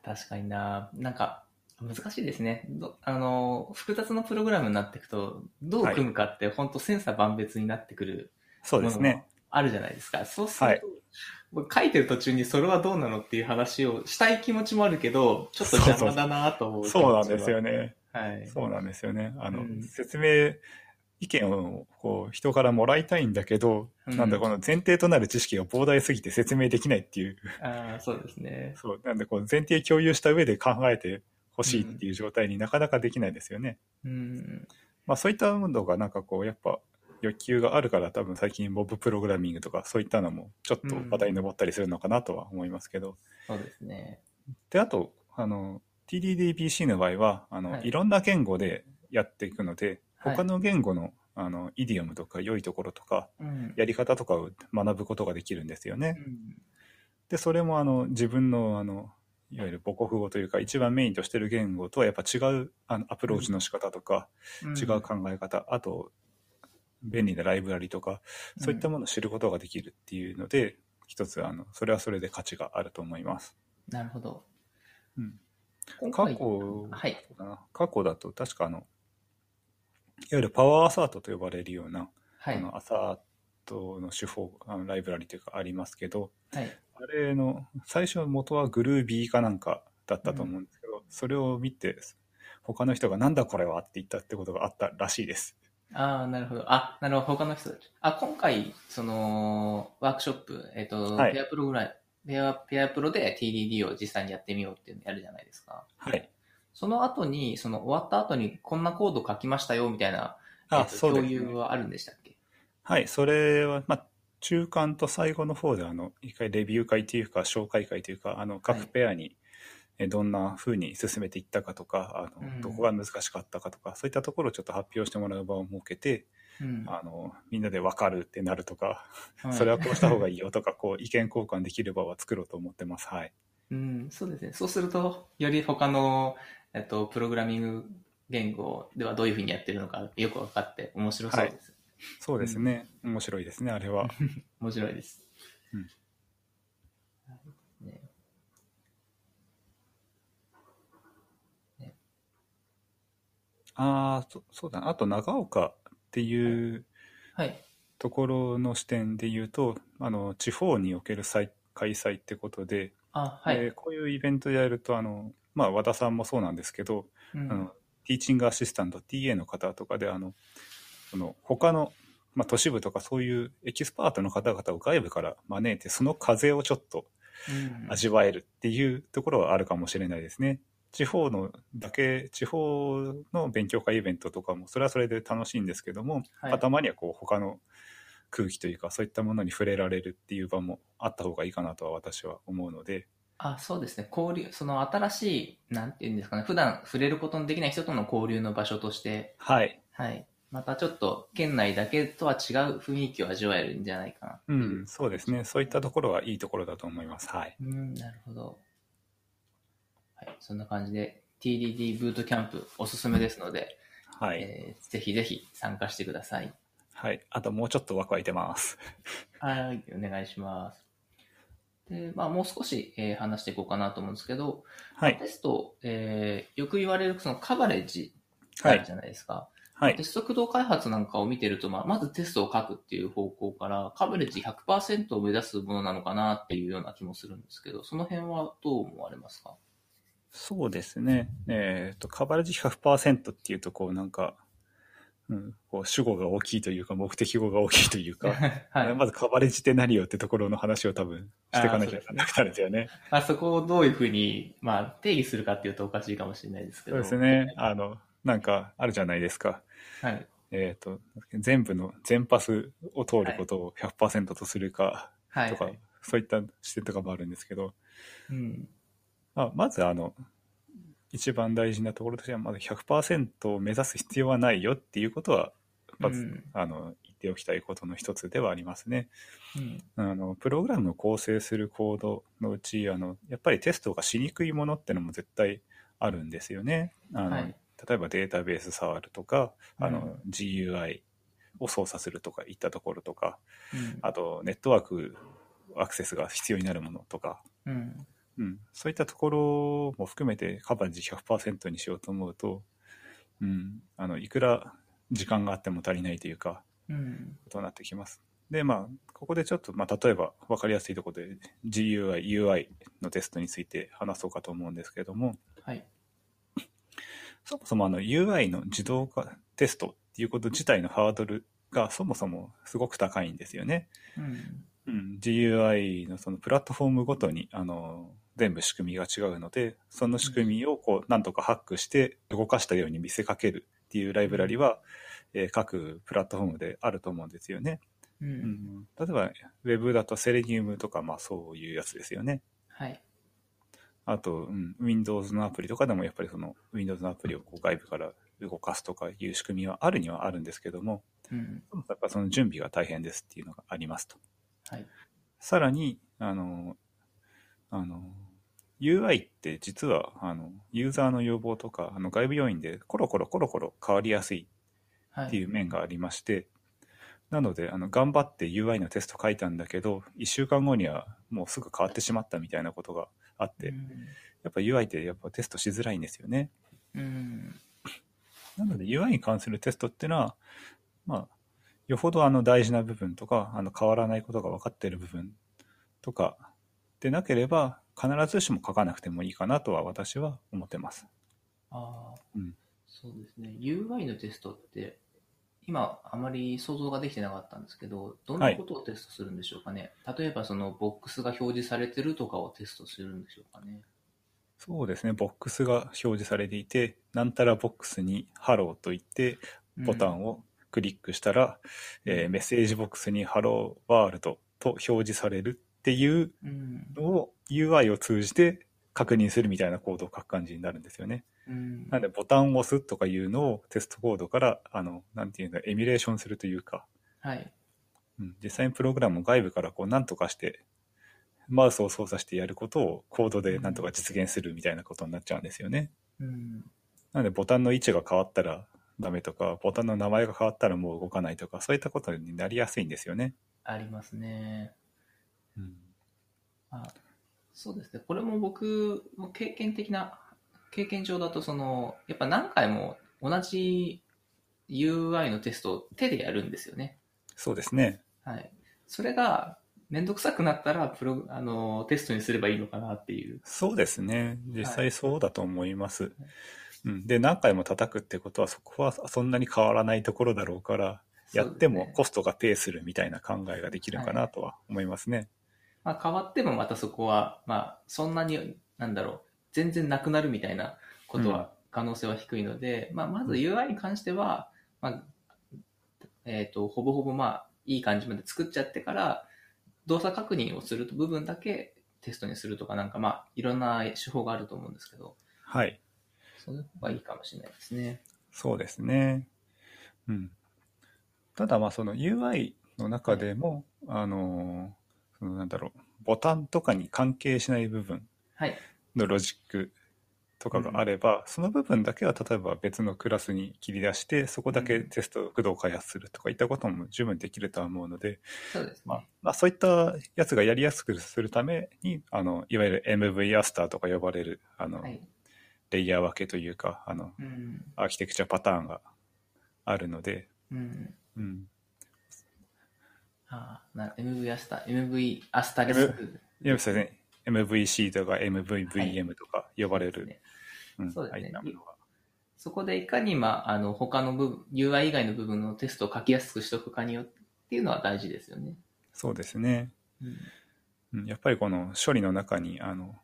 Speaker 1: 確かにな。なんか、難しいですね。どあの、複雑なプログラムになっていくと、どう組むかって、本当千差万別になってくる
Speaker 2: そうですね。
Speaker 1: あるじゃないですか。そうすると、僕書いてる途中にそれはどうなのっていう話をしたい気持ちもあるけど、ちょっと邪魔だなと思う
Speaker 2: そうなんですよ
Speaker 1: ね。
Speaker 2: ね。
Speaker 1: はい。
Speaker 2: そうなんですよね。あ
Speaker 1: う
Speaker 2: の、
Speaker 1: ん
Speaker 2: 説明、意見をこう人からもらいたいんだけど、
Speaker 1: うん
Speaker 2: なんだこの前提となる知識が膨大すぎて説明できないっていう、
Speaker 1: あーそうですね。
Speaker 2: そう、なんでこう前提共有した上で考えてほしいっていう状態になかなかできないですよね。
Speaker 1: うん。
Speaker 2: まあそういったのがなんかこうやっぱ欲求があるから多分最近モブプログラミングとかそういったのもちょっと話題に上ったりするのかなとは思いますけど、
Speaker 1: そうですね。
Speaker 2: で、あと、あの、TDDBC の場合は、あの、
Speaker 1: はい
Speaker 2: い、ろんな言語でやっていくので、
Speaker 1: はい
Speaker 2: 他の言語の、あの、イディオムとか良いところとか、
Speaker 1: うん。
Speaker 2: やり方とかを学ぶことができるんですよね。
Speaker 1: うん
Speaker 2: で、それもあの、自分の、あの、いわゆる母国語というか、一番メインとしてる言語とはやっぱ違う、あの、アプローチの仕方とか、違う考え方、あと、便利なライブラリとか、そういったものを知ることができるっていうので、一つ、あの、それはそれで価値があると思います。
Speaker 1: うんなるほど。
Speaker 2: うん。
Speaker 1: 今
Speaker 2: 過
Speaker 1: 回
Speaker 2: 去、
Speaker 1: はい。
Speaker 2: そうだな過去だと確かあのいわゆるパワーアサートと呼ばれるような、
Speaker 1: は
Speaker 2: あ
Speaker 1: い。
Speaker 2: のアサートの手法あのライブラリというかありますけど
Speaker 1: はい。
Speaker 2: あれの最初元はグルービーかなんかだったと思うんですけど、それを見て他の人が「なんだこれは」って言ったってことがあったらしいです。
Speaker 1: ああ、なるほど。あ、なるほど。他の人たち。あ、今回、その、ワークショップ、えっ、と、
Speaker 2: はい
Speaker 1: ペアプロぐらい、ペア、ペアプロで TDD を実際にやってみようっていうのやるじゃないですか。
Speaker 2: はい、
Speaker 1: その後に、その終わった後に、こんなコード書きましたよ、みたいな、え
Speaker 2: あ
Speaker 1: っと
Speaker 2: そうで
Speaker 1: 共
Speaker 2: すね
Speaker 1: 有はあるんでしたっけ
Speaker 2: はい、それは、まあ、中間と最後の方で、あの、一回レビュー会というか、紹介会というか、あの、
Speaker 1: は
Speaker 2: 各
Speaker 1: い
Speaker 2: ペアに、えどんな風に進めていったかとか、あ
Speaker 1: う
Speaker 2: の、
Speaker 1: ん
Speaker 2: どこが難しかったかとか、そういったところをちょっと発表してもらう場を設けて、
Speaker 1: うん。
Speaker 2: あの、みんなでわかるってなるとか、
Speaker 1: い
Speaker 2: それはこうした方がいいよとか、こう、意見交換できる場は作ろうと思ってます。はい。
Speaker 1: うん、そうですね。そうすると、より他の、えっと、プログラミング言語ではどういうふうにやってるのか、よく分かって、面白そうです。
Speaker 2: そうですね。面白いですね、あれは。
Speaker 1: 面白いです。
Speaker 2: うん
Speaker 1: ね
Speaker 2: ああ、そそうだな。あと、長岡っていう、
Speaker 1: はい。
Speaker 2: ところの視点で言うとあの地方における祭開催ってことで、
Speaker 1: あ、はい。
Speaker 2: えーこういうイベントでやるとあの、まあ、和田さんもそうなんですけど、
Speaker 1: うん
Speaker 2: あのティーチングアシスタント TA の方とかであのその他の、まあ、都市部とかそういうエキスパートの方々を外部から招いてその風をちょっと
Speaker 1: うん
Speaker 2: 味わえるっていうところはあるかもしれないですね。地方のだけ、地方の勉強会イベントとかも、それはそれで楽しいんですけども、
Speaker 1: はい
Speaker 2: まあたまにはこう他の空気というか、そういったものに触れられるっていう場もあった方がいいかなとは私は思うので、
Speaker 1: あ、そうですね。交流、その新しい、なんていうんですかね、普段触れることのできない人との交流の場所として、
Speaker 2: はい。
Speaker 1: はい。またちょっと、県内だけとは違う雰囲気を味わえるんじゃないかな。
Speaker 2: うん、そうですね。そういったところはいいところだと思います。はい。
Speaker 1: うん、なるほど。はい、そんな感じで TDD ブートキャンプおすすめですので、
Speaker 2: はい。
Speaker 1: えーぜひぜひ参加してください。
Speaker 2: はい。あともうちょっと枠空いてます。
Speaker 1: はい、お願いします。で、まあもう少し、えー話していこうかなと思うんですけど、
Speaker 2: はい。
Speaker 1: テスト、えーよく言われるそのカバレッジ
Speaker 2: は
Speaker 1: ある
Speaker 2: い。
Speaker 1: じゃないですか。
Speaker 2: はい
Speaker 1: テ。スト駆動開発なんかを見てると、まあ、まずテストを書くっていう方向から、カバレッジ100%を目指すものなのかなっていうような気もするんですけど、その辺はどう思われます か
Speaker 2: そうですね。えっ、と、カバレージ100%っていうと、こうなんか、うん、こう主語が大きいというか、目的語が大きいというか、
Speaker 1: はい。
Speaker 2: まずカバレージって何よってところの話を多分していかなきゃい けなくなるんだよね。
Speaker 1: まあ、そこをどういうふうに、まあ、定義するかっていうとおかしいかもしれないですけ
Speaker 2: そう
Speaker 1: ど。
Speaker 2: です。ね。あの、なんかあるじゃないですか。
Speaker 1: はい。
Speaker 2: えっ、と、全部の、全パスを通ることを100%とするか
Speaker 1: はい。
Speaker 2: とか、そういった視点とかもあるんですけど、
Speaker 1: うん。
Speaker 2: まあ、まずあの、一番大事なところとしては、まず100%を目指す必要はないよっていうことは、まず、
Speaker 1: うん
Speaker 2: あの、言っておきたいことの一つではありますね。
Speaker 1: うん。
Speaker 2: あの、プログラムを構成するコードのうち、あの、やっぱりテストがしにくいものってのも絶対あるんですよね。あの、
Speaker 1: はい
Speaker 2: 例えばデータベース触るとか、あ
Speaker 1: う
Speaker 2: の、GUI を操作するとかいったところとか、
Speaker 1: うん
Speaker 2: あと、ネットワークアクセスが必要になるものとか、
Speaker 1: うん。
Speaker 2: うん、そういったところも含めてカバージ100%にしようと思うと、うん、あのいくら時間があっても足りないというか
Speaker 1: うん。
Speaker 2: ことになってきます。でまあここでちょっと、まあ、例えば分かりやすいところで GUI、UI のテストについて話そうかと思うんですけれども
Speaker 1: はい。
Speaker 2: そもそもあの UI の自動化テストっていうこと自体のハードルがそもそもすごく高いんですよね。
Speaker 1: うん。
Speaker 2: うん、GUI のそのプラットフォームごとにあの全部仕組みが違うのでその仕組みをこうなんとかハックして動かしたように見せかけるっていうライブラリは、えー各プラットフォームであると思うんですよね、
Speaker 1: う。
Speaker 2: うんん、例えば Web だとセレニウムとか、まあ、そういうやつですよね
Speaker 1: はい。
Speaker 2: あと、うん、Windows のアプリとかでもやっぱりその Windows のアプリをこう外部から動かすとかいう仕組みはあるにはあるんですけども
Speaker 1: うん。
Speaker 2: やっぱその準備が大変ですっていうのがありますと
Speaker 1: はい。
Speaker 2: さらに、あの、あの、UI って実は、あの、ユーザーの要望とか、あの、外部要因でコロコロコロコロ変わりやすい
Speaker 1: は
Speaker 2: って
Speaker 1: い。
Speaker 2: いう面がありまして、なので、あの、頑張って UI のテスト書いたんだけど、1週間後にはもうすぐ変わってしまったみたいなことがあって、
Speaker 1: うん
Speaker 2: やっぱ UI ってやっぱテストしづらいんですよね。
Speaker 1: うん。
Speaker 2: なので UI に関するテストっていうのは、まあ、よほどあの大事な部分とか、あの変わらないことが分かっている部分とかでなければ、必ずしも書かなくてもいいかなとは私は思ってます。
Speaker 1: ああ、
Speaker 2: うん
Speaker 1: そうですね。UI のテストって、今、あまり想像ができてなかったんですけど、どんなことをテストするんでしょうかね。例えば、そのボックスが表示されてるとかをテストするんでしょうかね。
Speaker 2: そうですね、ボックスが表示されていて、なんたらボックスにハローと言って、ボタン
Speaker 1: を。
Speaker 2: をクリックしたら、えーメッセージボックスにハローワールドと表示されるっていう
Speaker 1: うん。
Speaker 2: のを UI を通じて確認するみたいなコードを書く感じになるんですよね。
Speaker 1: うん。
Speaker 2: なんでボタンを押すとかいうのをテストコードから、あの、なんていうんだ、エミュレーションするというか、
Speaker 1: はい。
Speaker 2: うん、実際にプログラムを外部からこう何とかして、マウスを操作してやることをコードでなんとか実現するみたいなことになっちゃうんですよね。
Speaker 1: うん。
Speaker 2: なのでボタンの位置が変わったらダメとか、ボタンの名前が変わったらもう動かないとか、そういったことになりやすいんですよね。
Speaker 1: ありますね。
Speaker 2: うん、
Speaker 1: あそうですね。これも僕も経験的な、経験上だと、その、やっぱ何回も同じ UI のテストを手でやるんですよね。
Speaker 2: そうですね。
Speaker 1: はい。それが、めんどくさくなったら、プロ、あの、テストにすればいいのかなっていう。
Speaker 2: そうですね。実
Speaker 1: は
Speaker 2: 際そうだと思います。うん、で、何回も叩くってことは、そこはそんなに変わらないところだろうから、やっ
Speaker 1: そ
Speaker 2: て
Speaker 1: う
Speaker 2: も
Speaker 1: ですね
Speaker 2: コストがペイするみたいな考えができるかなとは思いますね。
Speaker 1: まあ、変わってもまたそこは、まあ、そんなに、なんだろう、全然なくなるみたいなこと
Speaker 2: うん
Speaker 1: は、可能性は低いので、まあ、まず UI に関しては、まあ、えっ、と、ほぼほぼ、まあ、いい感じまで作っちゃってから、動作確認をする部分だけテストにするとか、なんかまあ、いろんな手法があると思うんですけど、
Speaker 2: はい。
Speaker 1: そういう方がいいかもしれないですね。
Speaker 2: そうですね。うん。ただまあその UI の中でも、あのーそのなんだろう、ボタンとかに関係しない部分
Speaker 1: はい。
Speaker 2: のロジックとかがあれば、その部分だけは例えば別のクラスに切り出して、そこだけテスト駆動開発するとかいったことも十分できるとは思うので、
Speaker 1: そうです
Speaker 2: まあ
Speaker 1: ね。
Speaker 2: まあ、そういったやつがやりやすくするために、あの、いわゆる MV アスターとか呼ばれる、あの、
Speaker 1: はい。
Speaker 2: レイヤー分けというか、あの、
Speaker 1: うん。
Speaker 2: アーキテクチャパターンがあるので、
Speaker 1: うん。
Speaker 2: うん。
Speaker 1: ああ、な MV アスタ、MV アスタリスク。
Speaker 2: いやそうですね。MVC とか MVVM とか呼ばれる、うん
Speaker 1: そうですね
Speaker 2: ああいったものが
Speaker 1: そこでいかに、まあ、あの、他の部分、UI 以外の部分のテストを書きやすくしておくかによって、っていうのは大事ですよね。
Speaker 2: そうですね。
Speaker 1: うん。
Speaker 2: うんやっぱりこの処理の中に、あの、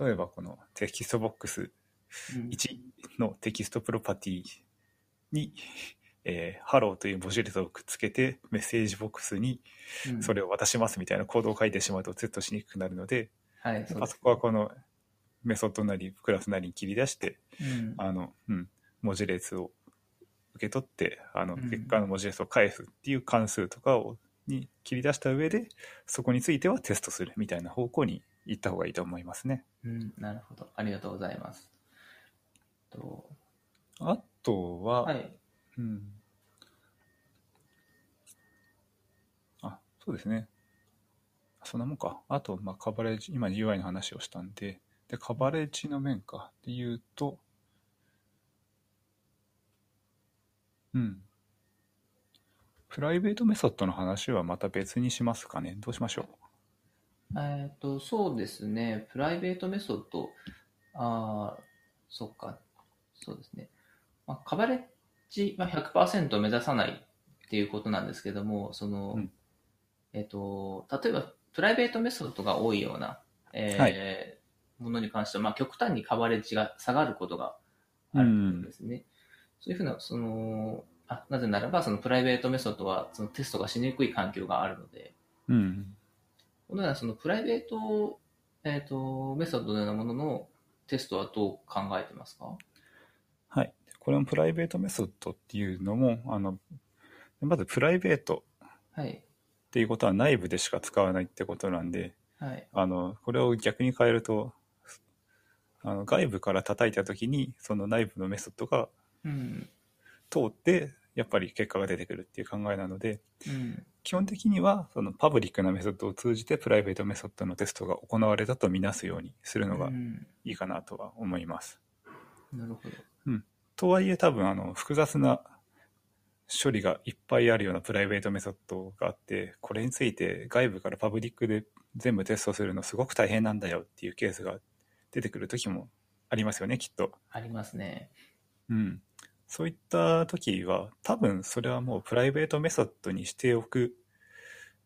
Speaker 2: 例えばこのテキストボックス
Speaker 1: うん
Speaker 2: 1のテキストプロパティに、えー、ハローという文字列をくっつけてメッセージボックスに
Speaker 1: うん
Speaker 2: それを渡しますみたいなコードを書いてしまうと Z しにくくなるので、
Speaker 1: はい、そうで
Speaker 2: あ
Speaker 1: す
Speaker 2: そ。こはこのメソッドなりクラスなりに切り出して、
Speaker 1: うん
Speaker 2: あの、うん、文字列を受け取って、あの、
Speaker 1: うん
Speaker 2: 結果の文字列を返すっていう関数とかを、に切り出した上で、そこについてはテストするみたいな方向に行った方がいいと思いますね。
Speaker 1: うん、なるほど。ありがとうございます。と
Speaker 2: あとは、
Speaker 1: はい。
Speaker 2: うん。あ、そうですね。そんなもんか。あと、まあ、カバレッジ、今 UI の話をしたんで、で、カバレッジの面かっていうと、うん。プライベートメソッドの話はまた別にしますかね。どうしましょ
Speaker 1: えっと、そうですね。プライベートメソッド。ああ、そっか。そうですね。まあ、カバレッジは100%目指さないっていうことなんですけども、その、
Speaker 2: うん
Speaker 1: えっと、例えば、プライベートメソッドが多いような、えー
Speaker 2: は
Speaker 1: ものに関しては、まあ、極端にカバレッジが下がることが
Speaker 2: う。
Speaker 1: あるんですね。そういうふうな、その、あなぜならば、そのプライベートメソッドはそのテストがしにくい環境があるので、
Speaker 2: うん。
Speaker 1: このようなそのプライベート、えっ、と、メソッドのようなもののテストはどう考えてますか
Speaker 2: はい。これもプライベートメソッドっていうのも、あの、まずプライベート
Speaker 1: はい。
Speaker 2: っていうことは内部でしか使わないってことなんで、
Speaker 1: はい。
Speaker 2: あの、これを逆に変えると、あの外部から叩いたときに、その内部のメソッドが
Speaker 1: うん。
Speaker 2: 通って、やっぱり結果が出てくるっていう考えなので、
Speaker 1: うん。
Speaker 2: 基本的には、そのパブリックなメソッドを通じて、プライベートメソッドのテストが行われたとみなすようにするの
Speaker 1: う
Speaker 2: が
Speaker 1: ん
Speaker 2: いいかなとは思います。
Speaker 1: なるほど。
Speaker 2: とはいえ、多分、あの、複雑な処理がいっぱいあるようなプライベートメソッドがあって、これについて外部からパブリックで全部テストするのすごく大変なんだよっていうケースが出てくる時もありますよね、きっと。
Speaker 1: ありますね。
Speaker 2: うん。そういった時は、多分それはもうプライベートメソッドにしておく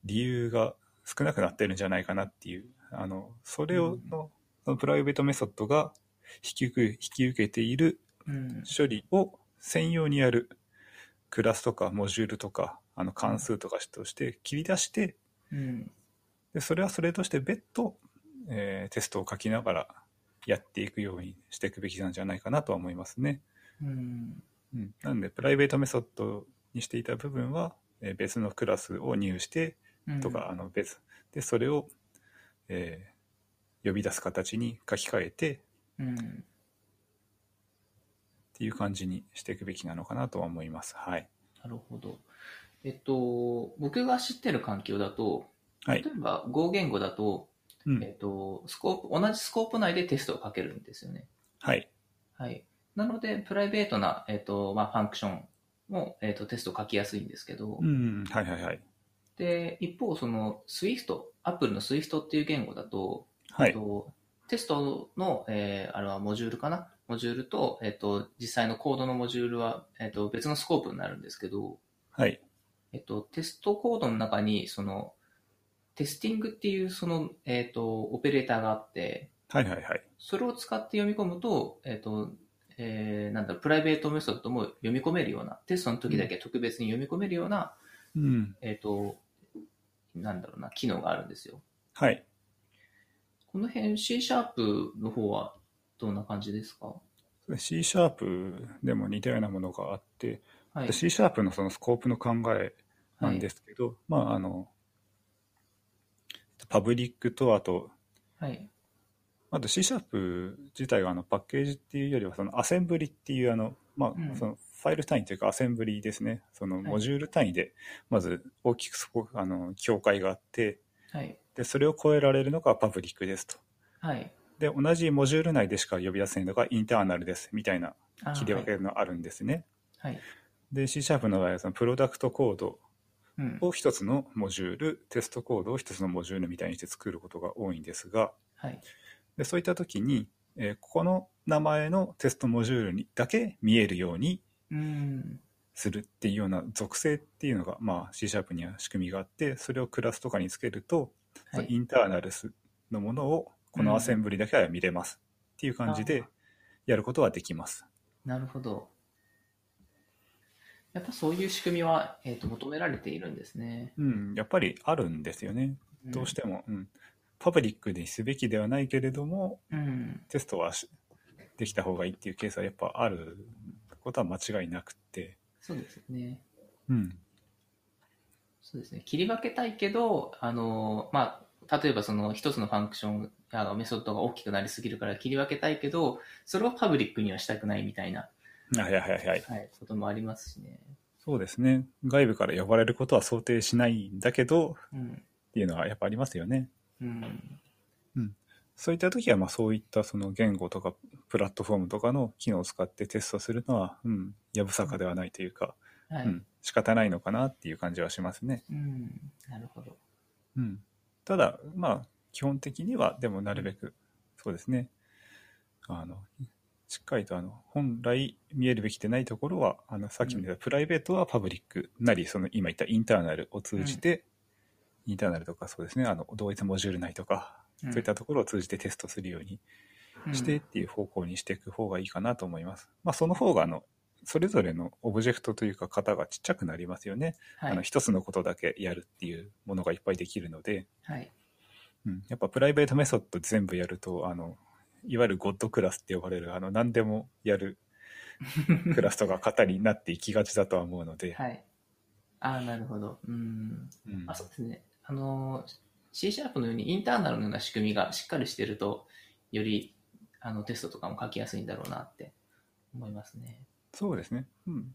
Speaker 2: 理由が少なくなってるんじゃないかなっていう。あの、それをの、そのプライベートメソッドが引き受け引き受けている
Speaker 1: うん。
Speaker 2: 処理を専用にやるクラスとかモジュールとかあの関数とかとして切り出して
Speaker 1: うん。
Speaker 2: でそれはそれとして別途、えーテストを書きながらやっていくようにしていくべきなんじゃないかなとは思いますね。
Speaker 1: うん。
Speaker 2: うん、なのでプライベートメソッドにしていた部分は、えー別のクラスを入して
Speaker 1: うん
Speaker 2: とか、あの別でそれを、えー呼び出す形に書き換えて
Speaker 1: うん。
Speaker 2: っていう感じにしていくべきなのかなとは思います。はい。
Speaker 1: なるほど。えっと、僕が知ってる環境だと、
Speaker 2: は
Speaker 1: 例え
Speaker 2: い。
Speaker 1: ば Go 言語だと、
Speaker 2: うん
Speaker 1: えっと、スコープ、同じスコープ内でテストをかけるんですよね。
Speaker 2: はい。
Speaker 1: はい。なので、プライベートな、えっ、と、まあ、ファンクションも、えっ、と、テスト書きやすいんですけど、
Speaker 2: うん、はいはいはい。
Speaker 1: で、一方、その、Swift、Apple の Swift っていう言語だと、
Speaker 2: は
Speaker 1: えっ
Speaker 2: い。
Speaker 1: とテストの、えーあれはモジュールかなモジュールと、えっ、と、実際のコードのモジュールは、えっ、と、別のスコープになるんですけど、
Speaker 2: はい。
Speaker 1: えっと、テストコードの中に、その、テスティングっていう、その、えっ、と、オペレーターがあって、
Speaker 2: はいはいはい。
Speaker 1: それを使って読み込むと、えっ、と、えーなんだろう、プライベートメソッドも読み込めるような、テストの時だけ特別に読み込めるような、
Speaker 2: うん。
Speaker 1: えっ、と、なんだろうな、機能があるんですよ。
Speaker 2: はい。
Speaker 1: この辺 C シャープの方はどんな感じですか
Speaker 2: C シャープでも似たようなものがあって、
Speaker 1: はい。
Speaker 2: C シャープのそのスコープの考えなんですけど、まああのパブリックとあと
Speaker 1: はい。
Speaker 2: あと C シャープ自体があのパッケージっていうよりはそのアセンブリっていうあの、ま
Speaker 1: うん
Speaker 2: あ、そのファイル単位というかアセンブリですね、その
Speaker 1: い
Speaker 2: モジュール単位でまず大きくそこあの境界があって
Speaker 1: はい。
Speaker 2: でそれを超えられるのがパブリックですと
Speaker 1: はい。
Speaker 2: で同じモジュール内でしか呼び出せないのがインターナルですみたいな
Speaker 1: あー
Speaker 2: 切り分けのあるんですね、
Speaker 1: はい。
Speaker 2: で C シャープの場合はそのプロダクトコード
Speaker 1: うん。
Speaker 2: を一つのモジュールテストコードを一つのモジュールみたいにして作ることが多いんですが
Speaker 1: はい。
Speaker 2: でそういった時に、えーここの名前のテストモジュールにだけ見えるように
Speaker 1: うん。
Speaker 2: するっていうような属性っていうのが、まあ、C シャープには仕組みがあってそれをクラスとかにつけると、
Speaker 1: は
Speaker 2: イ
Speaker 1: い。
Speaker 2: ンターナルスのものをこのアセンブリだけは見れますっていう感じ
Speaker 1: あ
Speaker 2: で
Speaker 1: ー
Speaker 2: やることはできます。
Speaker 1: なるほど。やっぱそういう仕組みは、えっ、と、求められているんですね。
Speaker 2: うん、やっぱりあるんですよねどうしても、うん、パブリックにすべきではないけれども
Speaker 1: うん。
Speaker 2: テストはしできた方がいいっていうケースはやっぱあることは間違いなくって、
Speaker 1: そうですね。
Speaker 2: うん、
Speaker 1: そうですね。切り分けたいけど、あの、まあ、例えばその一つのファンクションやメソッドが大きくなりすぎるから切り分けたいけど、それをパブリックにはしたくないみたいな、
Speaker 2: はいはいはいはい
Speaker 1: はい、こともありますしね。
Speaker 2: そうですね外部から呼ばれることは想定しないんだけど
Speaker 1: うん。
Speaker 2: っていうのはやっぱありますよね
Speaker 1: うん。
Speaker 2: そういった時はまあそういったその言語とかプラットフォームとかの機能を使ってテストするのは、うん、やぶさかではないというか、
Speaker 1: はい。
Speaker 2: うん、仕方ないのかなっていう感じはしますね、
Speaker 1: うん。なるほど。
Speaker 2: うん、ただまあ基本的にはでもなるべくそうですねあのしっかりとあの本来見えるべきでないところはあのさっきも言ったプライベートはパブリックなりその今言ったインターナルを通じて、インターナルとかそうですねあの同一モジュール内とか、
Speaker 1: うん
Speaker 2: そういったところを通じてテストするようにしてっ、ていう方向にしていく方がいいかなと思います。まあ、その方があのそれぞれのオブジェクトというか型がちっちゃくなりますよね。
Speaker 1: うん
Speaker 2: あ
Speaker 1: は
Speaker 2: の
Speaker 1: い。
Speaker 2: 一つのことだけやるっていうものがいっぱいできるので、
Speaker 1: はい。
Speaker 2: うん、やっぱプライベートメソッド全部やるとあのいわゆるゴッドクラスって呼ばれるあの何でも やるクラスとか型になっていきがちだとは思うので、
Speaker 1: はい。ああ、なるほど。うん。
Speaker 2: うん
Speaker 1: あそうですね。あの、C シャープのようにインターナルのような仕組みがしっかりしてると、よりあのテストとかも書きやすいんだろうなって思いますね。
Speaker 2: そうですね、うん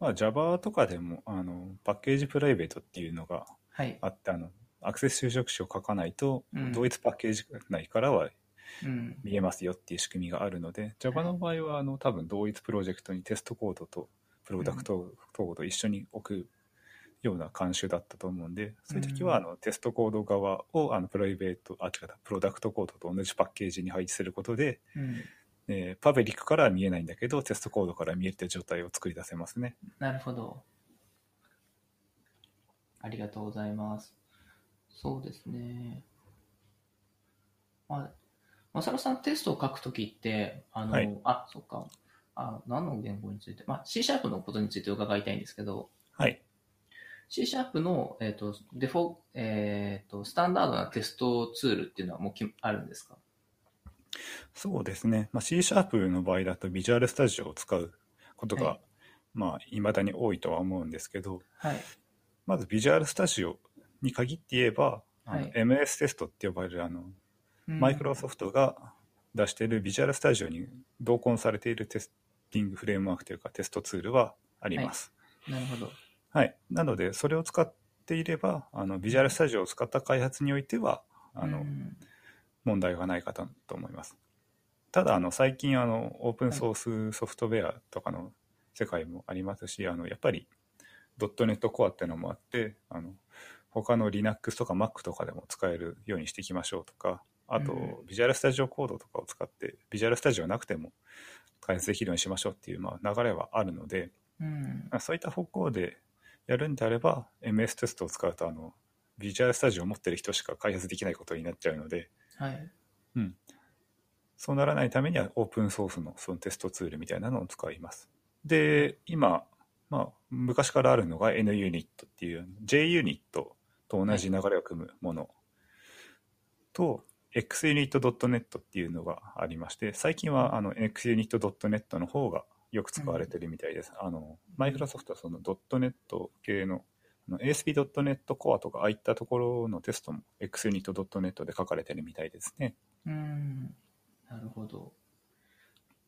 Speaker 2: まあ、Java とかでもあのパッケージプライベートっていうのが
Speaker 1: はい。
Speaker 2: あってあのアクセス就職種を書かないと、
Speaker 1: うん
Speaker 2: 同一パッケージ内からは
Speaker 1: うん。
Speaker 2: 見えますよっていう仕組みがあるので Java の場合はあの多分同一プロジェクトにテストコードとプロダクトコードを一緒に置くような慣習だったと思うんでそういう時はあのテストコード側をあのプライベートあ違ったプロダクトコードと同じパッケージに配置することで、
Speaker 1: うん。
Speaker 2: えーパブリックからは見えないんだけどテストコードから見えるという状態を作り出せますね。
Speaker 1: なるほど。ありがとうございます。そうですね。まあ、まさるさんテストを書くときって、あの、
Speaker 2: はい
Speaker 1: あ、そっか。あ何の言語について、まあ、C シャープのことについて伺いたいんですけど、
Speaker 2: はい、
Speaker 1: C シャープの、えー、とデフォ、えー、とスタンダードなテストツールっていうのはもうきあるんですか
Speaker 2: そうですね、まあ、C シャープの場合だとビジュアルスタジオを使うことが、
Speaker 1: はい
Speaker 2: いまあ、未だに多いとは思うんですけど、
Speaker 1: はい。
Speaker 2: まずビジュアルスタジオに限って言えば、あの
Speaker 1: はい
Speaker 2: MS テストって呼ばれるあの、マイクロソ
Speaker 1: フ
Speaker 2: フトが出しているビジュアルスタジオに同梱されているテスティングフレームワークというかテストツールはあります。
Speaker 1: ト。なるほど。
Speaker 2: はい。なので、それを使っていれば、あのビジュアルスタジオを使った開発においては、あの、
Speaker 1: うん
Speaker 2: 問題がないかと思います。ただあの最近あのオープンソースソフトウェアとかの世界もありますし、あのやっぱり .NET Core ってのもあってあの他の Linux とか Mac とかでも使えるようにしていきましょうとかあと
Speaker 1: うん
Speaker 2: Visual Studio Code とかを使って Visual Studio なくても開発できるようにしましょうっていうまあ流れはあるので
Speaker 1: うん
Speaker 2: まあそういった方向でやるんであれば MS テストを使うとあの Visual Studio を持ってる人しか開発できないことになっちゃうので
Speaker 1: はい。
Speaker 2: そうならないためにはオープンソースのそのテストツールみたいなのを使います。で、今、まあ、昔からあるのが NUnit っていう JUnit と同じ流れを組むものと、 XUnit.net っていうのがありまして、最近はあの XUnit.net の方がよく使われてるみたいです。あの、マイクロソフトはその .net 系のあの ASP.NET コアとかああいったところのテストも XUnit.net で書かれてるみたいですね。
Speaker 1: うん。なるほど。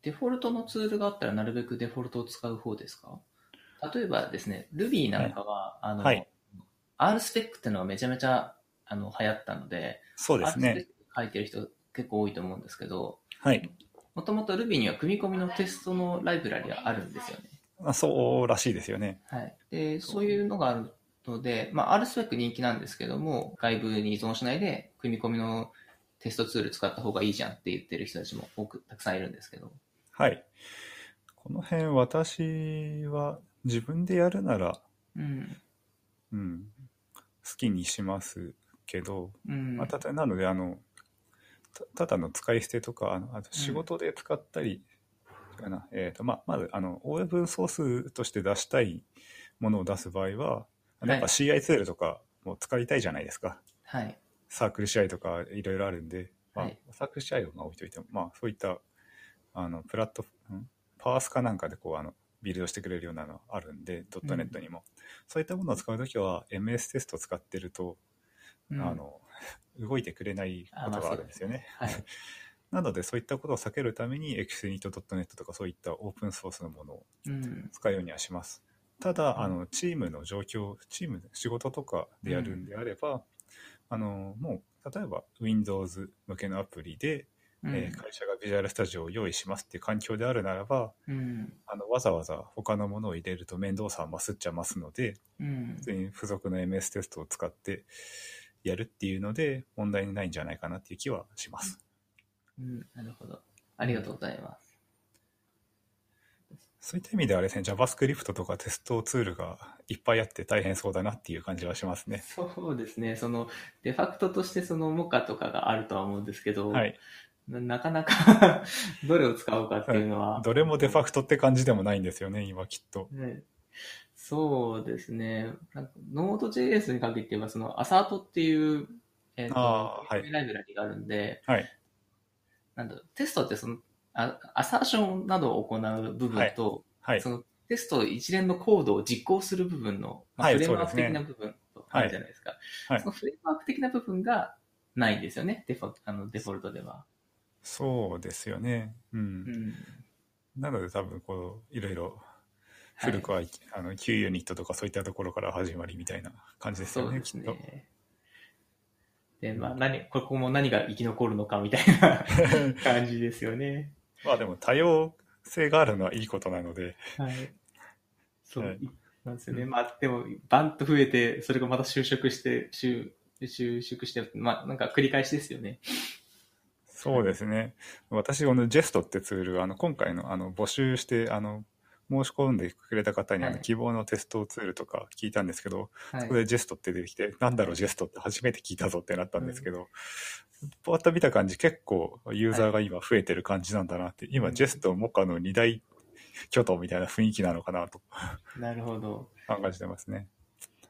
Speaker 1: デフォルトのツールがあったらなるべくデフォルトを使う方ですか例えばですね、Ruby なんかは、あの、
Speaker 2: はい
Speaker 1: RSpec っていうのがめちゃめちゃあの流行ったので、
Speaker 2: そうですね
Speaker 1: RSpec。書いてる人結構多いと思うんですけど、
Speaker 2: はい。
Speaker 1: もともと Ruby には組み込みのテストのライブラリがあるんですよね。
Speaker 2: まあ、そうらしいですよね。
Speaker 1: はい。で、そういうのがあるので、まあ、RSpec 人気なんですけども、外部に依存しないで、組み込みのテストツール使った方がいいじゃんって言ってる人たちも多く、たくさんいるんですけど。
Speaker 2: はい。この辺私は自分でやるなら、
Speaker 1: うん。
Speaker 2: うん、好きにしますけど、
Speaker 1: うん。
Speaker 2: まあ、ただなのであのたただの使い捨てとかあのあと仕事で使ったりかな、えーとまあ、まずあのオープンソースとして出したいものを出す場合は
Speaker 1: はい
Speaker 2: やっぱ CI ツールとかも使いたいじゃないですか、
Speaker 1: はい。
Speaker 2: サークル CI とかいろいろあるんで、まあ
Speaker 1: はい
Speaker 2: サークル CI を置いといても、まあ、そういったあのプラットフォームパースかなんかでこうあのビルドしてくれるようなのあるんで、
Speaker 1: ん
Speaker 2: .NET にも、そういったものを使うときは MS テスト使ってると、
Speaker 1: うん
Speaker 2: あ、の 動いてくれないことがあるんですよね。
Speaker 1: はい。
Speaker 2: なのでそういったことを避けるために XUnit.net とかそういったオープンソースのものを
Speaker 1: うん。
Speaker 2: 使うようにはします。ただ、あのチームの状況、チーム仕事とかでやるんであれば、あのもう例えば Windows 向けのアプリで、
Speaker 1: うん
Speaker 2: えー会社が Visual Studio を用意しますっていう環境であるならば、
Speaker 1: うん。
Speaker 2: あのわざわざ他のものを入れると面倒さは増すっちゃ増すので、
Speaker 1: うん
Speaker 2: 普。通に付属の MS テストを使ってやるっていうので問題ないんじゃないかなっていう気はします。
Speaker 1: うん。なるほど。ありがとうございます。
Speaker 2: そういった意味ではあれですね、JavaScript とかテストツールがいっぱいあって大変そうだなっていう感じはしますね。
Speaker 1: そうですね。その、デファクトとしてそのモカとかがあるとは思うんですけど、
Speaker 2: はい。
Speaker 1: ななかなか、 どれを使おうかっていうのは、
Speaker 2: どれもデファクトって感じでもないんですよね、今きっと。
Speaker 1: ね、そうですね。なんかノード JS に限って言えば、そのアサートっていう、えっ、
Speaker 2: あ
Speaker 1: と
Speaker 2: ー、はい
Speaker 1: ライブラリがあるんで、
Speaker 2: はい
Speaker 1: なんだろうテストってそのあ、アサーションなどを行う部分と、
Speaker 2: はい
Speaker 1: そ。のテスト一連のコードを実行する部分の、まあ
Speaker 2: はい
Speaker 1: フレームワー
Speaker 2: そ
Speaker 1: ク
Speaker 2: うです
Speaker 1: 的
Speaker 2: ね
Speaker 1: な部分とあるじゃないですか。
Speaker 2: はい
Speaker 1: そのフレームワーク的な部分がないんですよね、デフォあのデフォルトでは。
Speaker 2: そうですよね。うん。
Speaker 1: うん
Speaker 2: なので多分、こう、いろいろ古くは、あの、Q ユニットとかそういったところから始まりみたいな感じです
Speaker 1: そ
Speaker 2: よ
Speaker 1: う
Speaker 2: ね、
Speaker 1: です
Speaker 2: きっと。
Speaker 1: ね。で、まあ、何、ここも何が生き残るのかみたい な感じですよね。
Speaker 2: まあでも多様性があるのはいいことなので、
Speaker 1: はい。そう、
Speaker 2: はい
Speaker 1: なんですよね。まあ、でも、バンと増えて、それがまた就職して、就就職して、まあ、なんか繰り返しですよね。
Speaker 2: そうですね。私、このジェストってツール、あの、今回の、あの、募集して、あの、申し込んでくれた方に、あの、
Speaker 1: はい
Speaker 2: 希望のテストツールとか聞いたんですけど、
Speaker 1: はい
Speaker 2: そこ。でジェストって出てきて、なんだろう、ジェストって初めて聞いたぞってなったんですけど、パッと見た感じ、結構ユーザーが今増えてる感じなんだなって、今、ジェスト、モカの二大巨頭みたいな雰囲気なのかなと
Speaker 1: なるほど。
Speaker 2: 考えてますね。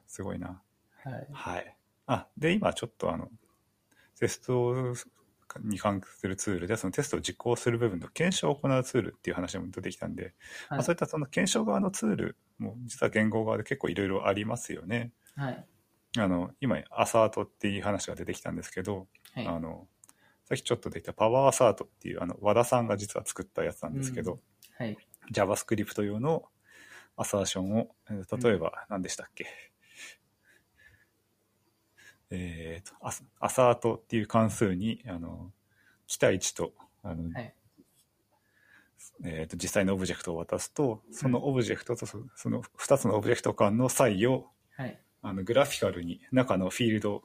Speaker 2: すごいな。
Speaker 1: はい。
Speaker 2: はい。あ、で、今ちょっとあの、テストに関するツールで、そのテストを実行する部分の検証を行うツールっていう話も出てきたんで、まあ、そういったその検証側のツールも実は言語側で結構いろいろありますよね。
Speaker 1: はい。
Speaker 2: あの、今、アサートっていう話が出てきたんですけど、
Speaker 1: はい。
Speaker 2: あの、さっきちょっと出てきたパワーアサートっていう、あの、和田さんが実は作ったやつなんですけど、
Speaker 1: はい。
Speaker 2: JavaScript 用のアサーションを、えー例えば何でしたっけ、えーとアス、アサートっていう関数に、あの、期待値と、あの、
Speaker 1: はい
Speaker 2: えーと、実際のオブジェクトを渡すと、そのオブジェクトとそその2つのオブジェクト間の差異を、
Speaker 1: はい。
Speaker 2: あの、グラフィカルに中のフィールド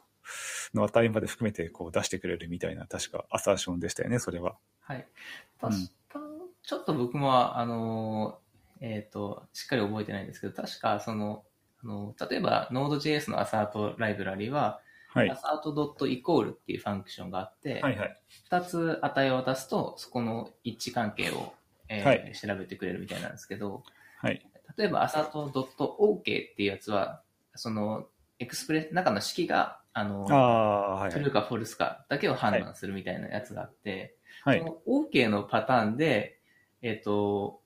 Speaker 2: の値まで含めてこう出してくれるみたいな、確かアサーションでしたよね、それは。
Speaker 1: はい。
Speaker 2: うん
Speaker 1: 確か、ちょっと僕も、あの、えっ、と、しっかり覚えてないんですけど、確か、その、あの例えば、Node.js のアサートライブラリは、
Speaker 2: はい。
Speaker 1: アサート .equal っていうファンクションがあって、
Speaker 2: はいはい。
Speaker 1: 2つ値を渡すと、そこの一致関係を、えー
Speaker 2: はい
Speaker 1: 調べてくれるみたいなんですけど、
Speaker 2: はい。
Speaker 1: 例えば、アサート .ok っていうやつは、その、エクスプレ中の式が、ああの、
Speaker 2: ああ、はい
Speaker 1: トゥルーかフォルスかだけを判断するみたいなやつがあって、
Speaker 2: はい。
Speaker 1: そ
Speaker 2: はい。
Speaker 1: の OK のパターンで、えっ、と、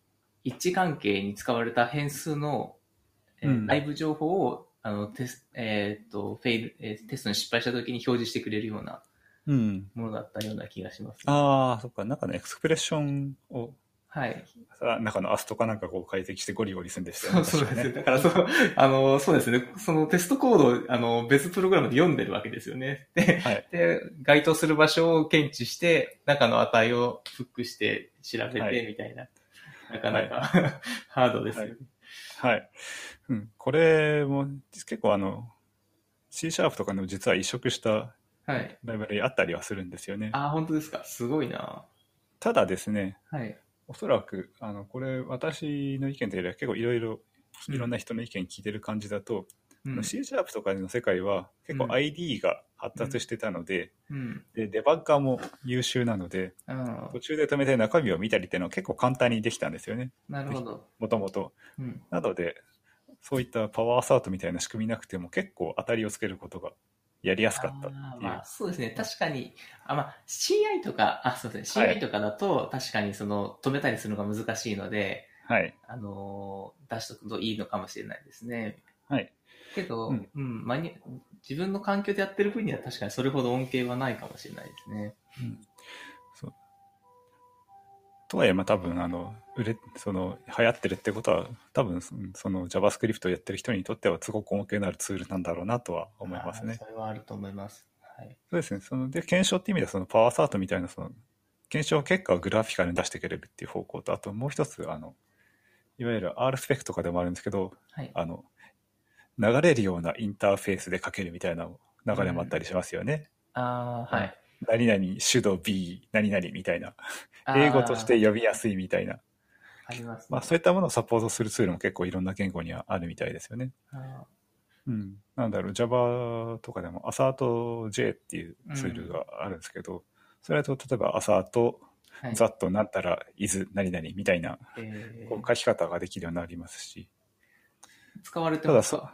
Speaker 1: 一致関係に使われた変数の、えー
Speaker 2: うん
Speaker 1: 内部情報を、あの、テス、えっ、と、フェイル、えーテストに失敗した時に表示してくれるような
Speaker 2: うん。
Speaker 1: ものだったような気がします、
Speaker 2: ああ、そっか。なんかね、エクスプレッションを、
Speaker 1: はい。
Speaker 2: さ中のアストかなんかこう解析してゴリゴリするんですよ
Speaker 1: そうそ
Speaker 2: ね。
Speaker 1: う
Speaker 2: 確
Speaker 1: です
Speaker 2: か
Speaker 1: ね。
Speaker 2: ね
Speaker 1: だからそう、あの、そうですね。そのテストコードを、あの、別プログラムで読んでるわけですよね。で、
Speaker 2: はい
Speaker 1: で該当する場所を検知して、中の値をフックして調べ
Speaker 2: は
Speaker 1: て
Speaker 2: い、
Speaker 1: みたいな。なかなか、 ハードですよね。
Speaker 2: はい。うん。これも、結構あの、C シャープとかでも実は移植した
Speaker 1: はい。
Speaker 2: ライブラリあったりはするんですよ ね。
Speaker 1: ああ、本当ですか。すごいな。
Speaker 2: ただですね、
Speaker 1: はい。
Speaker 2: おそらく、あの、これ、私の意見というよりは結構いろいろ、
Speaker 1: うん
Speaker 2: いろんな人の意見聞いてる感じだと、
Speaker 1: う
Speaker 2: あ
Speaker 1: ん
Speaker 2: の。C シャープとかの世界は結
Speaker 1: うん
Speaker 2: 構 ID が発達してたので、
Speaker 1: うん。
Speaker 2: で、デバッガーも優秀なので、
Speaker 1: うん
Speaker 2: 途中で止めて中身を見たりっていうのは結構簡単にできたんですよね、
Speaker 1: なるほど。
Speaker 2: もともと。
Speaker 1: うん。
Speaker 2: なので、そういったパワーアサートみたいな仕組みなくても結構当たりをつけることがやりやすかったって
Speaker 1: あー
Speaker 2: いう。
Speaker 1: まあ、そうですね。確かに、あ、まあ、CI とか、あ、そうですね。
Speaker 2: はい
Speaker 1: CI とかだと、確かにその、止めたりするのが難しいので、
Speaker 2: はい。
Speaker 1: あのー出しとくといいのかもしれないですね。
Speaker 2: はい。
Speaker 1: けど、う
Speaker 2: うんん、
Speaker 1: マニュ自分の環境でやってる分には確かにそれほど恩恵はないかもしれないですね。
Speaker 2: うんそうとはいえ、まあ多分、あの、売れ、その、流行ってるってことは、多分、そその JavaScript をやってる人にとってはすごく恩恵のあるツールなんだろうなとは思います
Speaker 1: あー
Speaker 2: ね。
Speaker 1: それはあると思います。はい。
Speaker 2: そうですね。その、で、検証って意味では、そのパワーサートみたいな、その、検証結果をグラフィカルに出してくれるっていう方向と、あともう一つ、あの、いわゆる R スペックとかでもあるんですけど、
Speaker 1: はい。
Speaker 2: あの、流れるようなインターフェースで書けるみたいな流れもあったりしますよね。
Speaker 1: ああ、はい。
Speaker 2: 何々、手動 B、何々みたいな。
Speaker 1: あー
Speaker 2: 英語として呼びやすいみたいな。
Speaker 1: あります、ね。
Speaker 2: まあそういったものをサポートするツールも結構いろんな言語にはあるみたいですよね。
Speaker 1: あ
Speaker 2: うん。なんだろう、Java とかでも AssertJ っていうツールがあるんですけど、それだと例えば Assert、
Speaker 1: ーはい。
Speaker 2: ざっとなんたら is 何々みたいな
Speaker 1: え
Speaker 2: こう
Speaker 1: ー、
Speaker 2: 書き方ができるようになりますし、
Speaker 1: 使われて
Speaker 2: た
Speaker 1: ま
Speaker 2: だ
Speaker 1: す
Speaker 2: さ、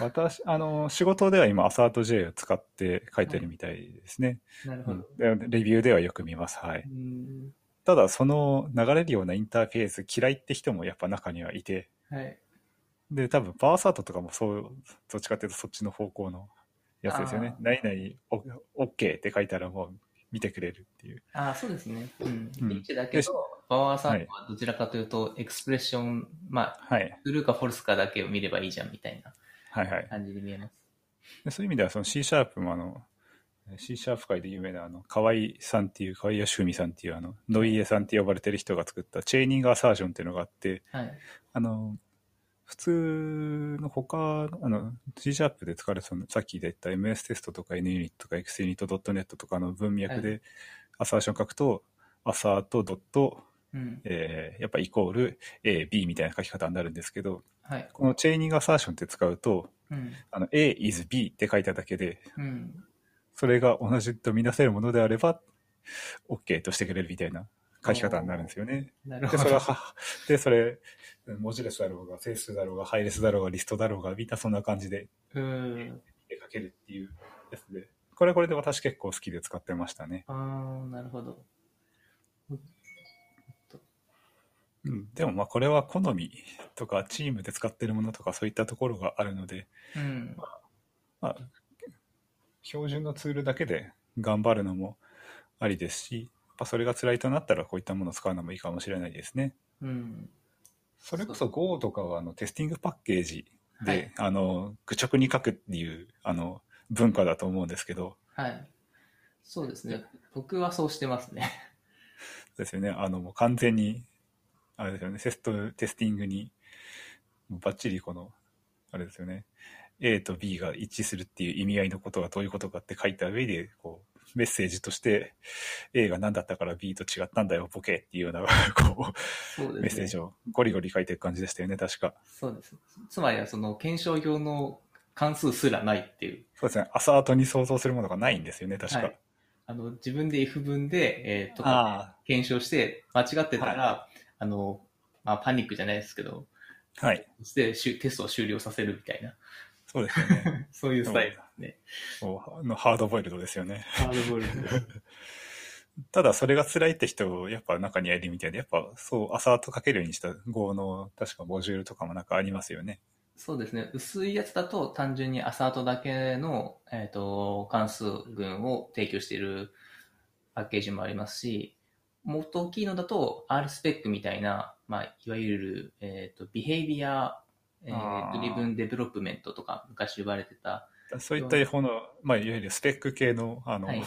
Speaker 2: 私、あの、仕事では今 AssertJ を使って書いてるみたいですね。
Speaker 1: なる
Speaker 2: う
Speaker 1: ほ
Speaker 2: ん
Speaker 1: ど。、。
Speaker 2: でレビューではよく見ます。はいう
Speaker 1: ん。
Speaker 2: ただ、その流れるようなインターフェース嫌いって人もやっぱ中にはいて、
Speaker 1: はい。
Speaker 2: で、多分、パワーサートとかもそう、どっちかっていうとそっちの方向のやつですよね。何々、お OK って書いたらもう見てくれるっていう。
Speaker 1: ああ、そうですね。うん。
Speaker 2: うん
Speaker 1: リッチだけ
Speaker 2: よし
Speaker 1: ど、パワーサートはどちらかというと、エクスプレッション、まあ、
Speaker 2: はい。
Speaker 1: ブルーかフォルスかだけを見ればいいじゃんみたいな
Speaker 2: はいはい。
Speaker 1: 感じに見えます。
Speaker 2: でそういう意味では、その C シャープもあの、C シャープ界で有名なあの、河合さんっていう、河合義文さんっていう、あの、ノイエさんって呼ばれてる人が作ったチェーニングアサージョンっていうのがあって、
Speaker 1: はい。
Speaker 2: あの、普通の他の、あの、C シャープで使われてたの、さっき言った MS テストとか NUnit とか XUnit.net とかの文脈
Speaker 1: は
Speaker 2: でアサーション書くと、アサートドット、
Speaker 1: うん。
Speaker 2: えーやっぱイコール A、B みたいな書き方になるんですけど、
Speaker 1: はい。
Speaker 2: このチェーニングアサーションって使うと、
Speaker 1: うん。
Speaker 2: あの、A is B って書いただけで、
Speaker 1: うん。
Speaker 2: それが同じとみなせるものであれば、OK としてくれるみたいな書き方になるんですよね。
Speaker 1: なる
Speaker 2: で、
Speaker 1: ほ
Speaker 2: それ
Speaker 1: ど。
Speaker 2: は、で、それ、文字列だろうが、整数だろうが、配列だろうが、リストだろうが、みんなそんな感じで
Speaker 1: うん。
Speaker 2: 書けるっていうやつで、これはこれで私結構好きで使ってましたね。
Speaker 1: ああ、なるほど。
Speaker 2: うん。でもまあこれは好みとか、チームで使ってるものとか、そういったところがあるので、
Speaker 1: うん。
Speaker 2: まあ、標準のツールだけで頑張るのもありですし、やっぱそれが辛いとなったらこういったものを使うのもいいかもしれないですね。
Speaker 1: うん。
Speaker 2: それこそ Go とかはあのテスティングパッケージで、
Speaker 1: はい
Speaker 2: あの愚直に書くっていうあの文化だと思うんですけど、
Speaker 1: はい。そうですね。僕はそうしてますね。
Speaker 2: そうですよね、あのもう完全に、あれですよね、テスト、テスティングに、ばっちりこの、あれですよね、A と B が一致するっていう意味合いのことがどういうことかって書いた上で、こう、メッセージとして、A が何だったから B と違ったんだよ、ボケっていうような、 こ
Speaker 1: そう
Speaker 2: う、メッ
Speaker 1: です
Speaker 2: セー
Speaker 1: ね
Speaker 2: ジ。をゴリゴリ書いていく感じでしたよね、確か。
Speaker 1: そうです。つまりはその検証用の関数すらないっていう。
Speaker 2: そうですね、アサートに想像するものがないんですよね、確か。
Speaker 1: はい。あの、自分で if 文で、えーとか
Speaker 2: あ
Speaker 1: 検証して、間違ってたら、あの、まあ、パニックじゃないですけど、
Speaker 2: あ、はい。
Speaker 1: そしてしゅテストを終了させるみたいな。
Speaker 2: そうですよね。
Speaker 1: そういうスタイルですね。
Speaker 2: もうのハードボイルドですよね。
Speaker 1: ハードボイルド。
Speaker 2: ただそれが辛いって人、やっぱ中にはいるみたいで、やっぱそう、アサートかけるようにした Go の確かモジュールとかもなんかありますよね。
Speaker 1: そうですね。薄いやつだと単純にアサートだけの、えー、と関数群を提供しているパッケージもありますし、もっと大きいのだと R スペックみたいな、まあ、いわゆる、えー、とビヘイビア、え
Speaker 2: あ
Speaker 1: ー、ド
Speaker 2: ー
Speaker 1: リブンデベロップメントとか昔言われてた、
Speaker 2: そういった方の、まあ、いわゆるスペック系の、あの、
Speaker 1: はい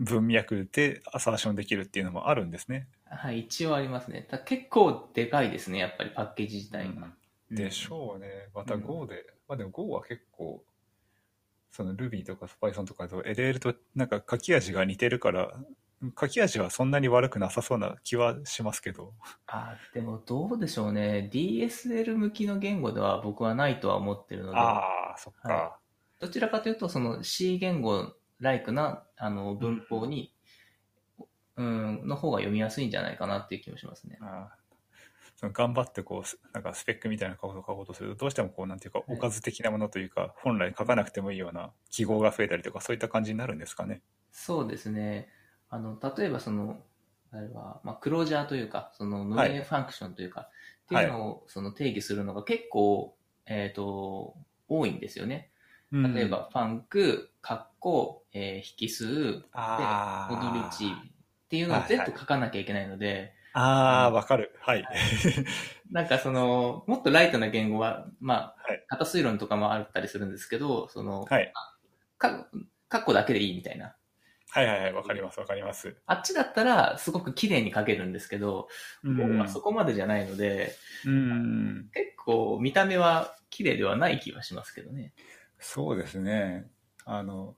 Speaker 2: 文脈でアサーションできるっていうのもあるんですね。
Speaker 1: はい、一応ありますね。ただ結構でかいですね、やっぱりパッケージ自体が。うん
Speaker 2: でしょうね。また
Speaker 1: うん
Speaker 2: Go で、まあでも Go は結構、その Ruby とか Python とかと LL となんか書き味が似てるから、書き味はそんなに悪くなさそうな気はしますけど。
Speaker 1: あーでもどうでしょうね。DSL 向きの言語では僕はないとは思ってるので。
Speaker 2: ああ、そっか。
Speaker 1: はどちらかというと、その C 言語ライクなあの文法に、うん、の方が読みやすいんじゃないかなっていう気もしますね。
Speaker 2: ああその頑張ってこうすなんかスペックみたいなことを書こうとするとどうしてもこうなんていうか
Speaker 1: い
Speaker 2: おかず的なものというか本来書かなくてもいいような記号が増えたりとかそういった感じになるんですかね。
Speaker 1: そうですね。あの、例えばその、あれは、まあ、クロージャーというか、その無
Speaker 2: はい
Speaker 1: 名ファンクションというか、
Speaker 2: はい
Speaker 1: っていうのをその定義するのが結構、えっ、と、多いんですよね。
Speaker 2: うん
Speaker 1: 例えば、ファンク、括弧、えー引数、
Speaker 2: あ
Speaker 1: モ
Speaker 2: ー
Speaker 1: ドルチっていうのを全部書かなきゃいけないので、
Speaker 2: ああわかるはい、
Speaker 1: なんかその、もっとライトな言語は、まあ
Speaker 2: はい、
Speaker 1: 型推論とかもあったりするんですけど、その、
Speaker 2: はい、
Speaker 1: か、カッコだけでいいみたいな。
Speaker 2: はいはいはいわかりますわかります。
Speaker 1: あっちだったら、すごく綺麗に書けるんですけど、
Speaker 2: う
Speaker 1: もうんまあそこまでじゃないので、
Speaker 2: うん
Speaker 1: 結構見た目は綺麗ではない気はしますけどね。
Speaker 2: そうですねあの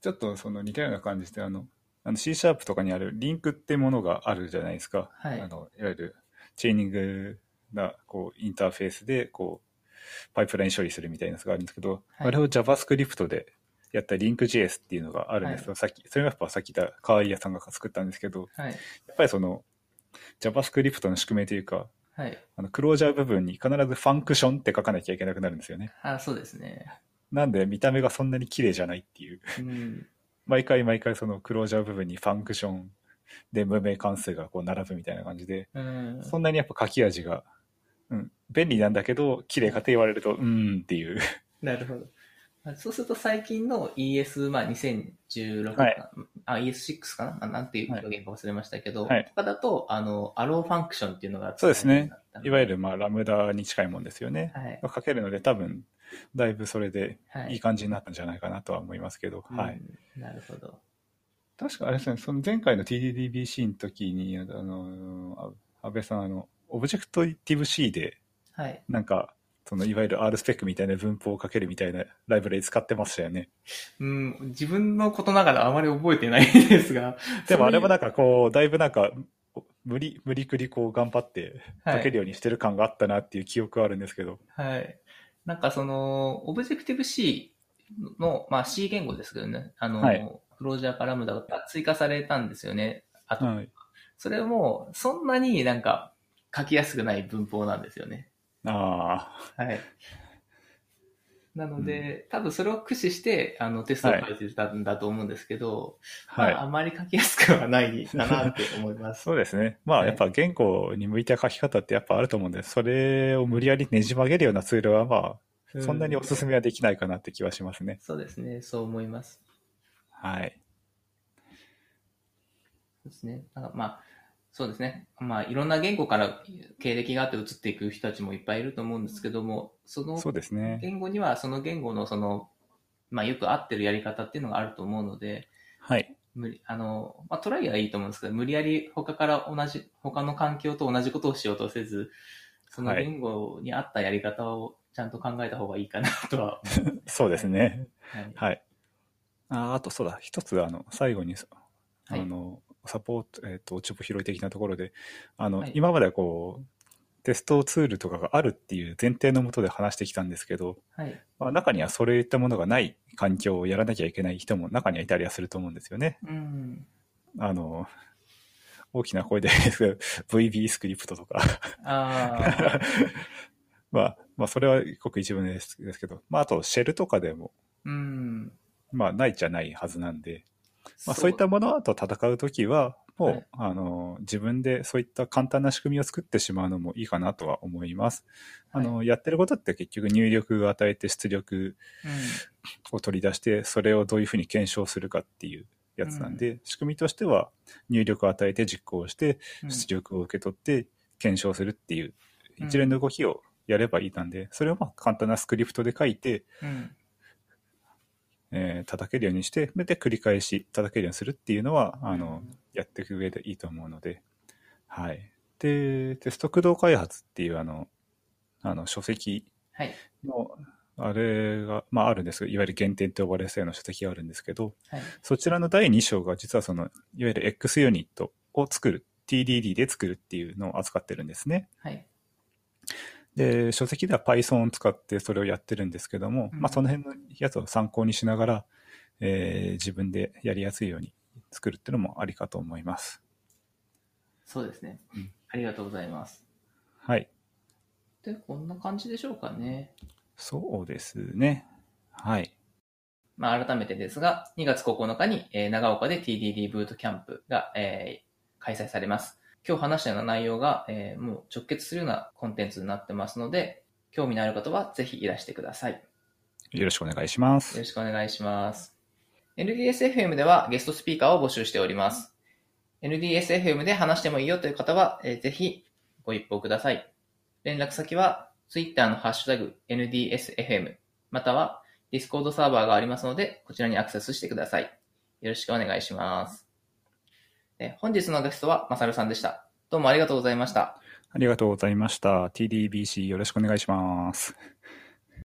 Speaker 2: ちょっとその似たような感じであのあの C シャープとかにあるリンクってものがあるじゃないですか。
Speaker 1: はい
Speaker 2: あ。のいわゆるチェーニングなこうインターフェースでこうパイプライン処理するみたいなやつがあるんですけど、
Speaker 1: はい
Speaker 2: あれを JavaScript でやった Link.js っていうのがあるんですけど、さっきそれがやっぱさっき言った河合屋さんが作ったんですけど
Speaker 1: はい。
Speaker 2: やっぱりその JavaScript の宿命というか
Speaker 1: はい。
Speaker 2: あのクロージャー部分に必ずファンクションって書かなきゃいけなくなるんですよね
Speaker 1: あそうですね。
Speaker 2: なんで見た目がそんなに綺麗じゃないっていう
Speaker 1: うん。
Speaker 2: 毎回毎回そのクロージャー部分にファンクションで無名関数がこう並ぶみたいな感じで
Speaker 1: うん。
Speaker 2: そんなにやっぱ書き味が、うん、便利なんだけど、綺麗かって言われると、うーんっていう。
Speaker 1: なるほど。あそうすると最近の ES、まあ、2016か、
Speaker 2: はい
Speaker 1: あ、ES6 かなあなんていう表現か忘れましたけど、
Speaker 2: はい
Speaker 1: とかだと、あの、アローファンクションっていうのが
Speaker 2: そうですねいわゆ
Speaker 1: る。
Speaker 2: るまあラムダに近いもんですよね。
Speaker 1: はい。
Speaker 2: 書けるので多分、だいぶそれで
Speaker 1: はい
Speaker 2: い感じになったんじゃないかなとは思いますけど、はい。
Speaker 1: うんなるほど。
Speaker 2: 確かあれですね、その前回の TDDBC の時に、あの、あ安倍さん、あの、オブジェクトティブ C で、
Speaker 1: はい。
Speaker 2: なんか、そのいわゆる R スペックみたいな文法を書けるみたいなライブラリ使ってましたよね。
Speaker 1: うん、自分のことながらあまり覚えてないですが。
Speaker 2: でもあれも
Speaker 1: だ
Speaker 2: なんかこう、だいぶなんか、無理、無理くりこう頑張って書けるようにしてる感があったなっていう記憶はあるんですけど。
Speaker 1: はい。なんかその、オブジェクティブ C の、まあ C 言語ですけどね、あの、
Speaker 2: はい
Speaker 1: クロージャーパラムダが追加されたんですよね。あと、
Speaker 2: はい。
Speaker 1: それも、そんなになんか書きやすくない文法なんですよね。
Speaker 2: ああ、
Speaker 1: はい。なので、多分それを駆使して、あの、テストを書いてたんだと思うんですけど、まあ、
Speaker 2: は
Speaker 1: あまり書きやすくはないかなって思いま
Speaker 2: い。
Speaker 1: す。
Speaker 2: そうですね。ま
Speaker 1: は
Speaker 2: あ
Speaker 1: い
Speaker 2: やっぱ言語に向いた書き方ってやっぱあると思うんで、それを無理やりねじ曲げるようなツールはまあ、 そんなにおすすめはできないかなって気はしますね。
Speaker 1: そうですね、そう思います。
Speaker 2: はい。
Speaker 1: そうですね。なんかまあ、そうですね。まあ、いろんな言語から経歴があって移っていく人たちもいっぱいいると思うんですけども、その
Speaker 2: そうですね。
Speaker 1: 言語にはその言語のその、まあ、よく合ってるやり方っていうのがあると思うので、
Speaker 2: はい。
Speaker 1: 無理、あの、まあ、トライはいいと思うんですけど、無理やり他から同じ、他の環境と同じことをしようとせず、その
Speaker 2: はい
Speaker 1: 言語に合ったやり方をちゃんと考えた方がいいかなとは思います。
Speaker 2: そうですね。
Speaker 1: はい
Speaker 2: はい。ああ、あとそうだ、一つあの、最後に
Speaker 1: はい
Speaker 2: あの、サポート、えっ、と、落ち歩拾い的なところで、あの、
Speaker 1: はい
Speaker 2: 今まではこう、テストツールとかがあるっていう前提のもとで話してきたんですけど、
Speaker 1: はい。
Speaker 2: まあ、中にはそれいったものがない環境をやらなきゃいけない人も中にはいたりはすると思うんですよね。
Speaker 1: うん。
Speaker 2: あの、 大きな声で VB スクリプトとか、
Speaker 1: ああ。
Speaker 2: まあ、まあ、それはごく一部ですですけど、まあ、あと、シェルとかでも、
Speaker 1: うん。
Speaker 2: まあ、ないじゃないはずなんで、まあ、
Speaker 1: そ
Speaker 2: そういったものと戦うときは、もう、
Speaker 1: はい
Speaker 2: あの、自分でそういった簡単な仕組みを作ってしまうのもいいかなとは思います。あの、やってることって結局入力を与えて出力
Speaker 1: う
Speaker 2: を取り出して、それをどういうふうに検証するかっていうやつなんで、仕組みとしては入力を与えて実行して、
Speaker 1: ん。
Speaker 2: 出力を受け取って検証するっていう
Speaker 1: うん
Speaker 2: 一連の動きをやればいいなんで、それをまあ簡単なスクリプトで書いて、
Speaker 1: うん。
Speaker 2: えー叩けるようにして、で、繰り返し叩けるようにするっていうのは、あの、
Speaker 1: うん
Speaker 2: やっていく上でいいと思うので、はい。で、テスト駆動開発っていう、あの、あの、書籍
Speaker 1: はい。
Speaker 2: の、あれが、まあ、あるんですけど、いわゆる原点と呼ばれるような書籍があるんですけど、
Speaker 1: はい。
Speaker 2: そちらの第2章が実はその、いわゆる X ユニットを作る、TDD で作るっていうのを扱ってるんですね。
Speaker 1: はい。
Speaker 2: で、書籍では Python を使ってそれをやってるんですけども、
Speaker 1: うん
Speaker 2: まあその辺のやつを参考にしながら、えー自分でやりやすいように作るっていうのもありかと思います。
Speaker 1: そうですね
Speaker 2: うん。
Speaker 1: ありがとうございます。
Speaker 2: はい。
Speaker 1: で、こんな感じでしょうかね。
Speaker 2: そうですね。はい。
Speaker 1: まあ、改めてですが、2月9日に、えー長岡で TDD ブートキャンプが、えー開催されます。今日話したような内容が、えーもう直結するようなコンテンツになってますので、興味のある方はぜひいらしてください。よ
Speaker 2: よろしくお願いしま
Speaker 1: ろ
Speaker 2: す。
Speaker 1: しくお願いします。NDSFM ではゲストスピーカーを募集しております。NDSFM で話してもいいよという方は、えーぜひご一報ください。連絡先は Twitter のハッシュタグ NDSFM または Discord サーバーがありますので、こちらにアクセスしてください。よろしくお願いします。え本日のゲストはまさるさんでした。どうもありがとうございました。
Speaker 2: ありがとうございました。TDBC よろしくお願いします。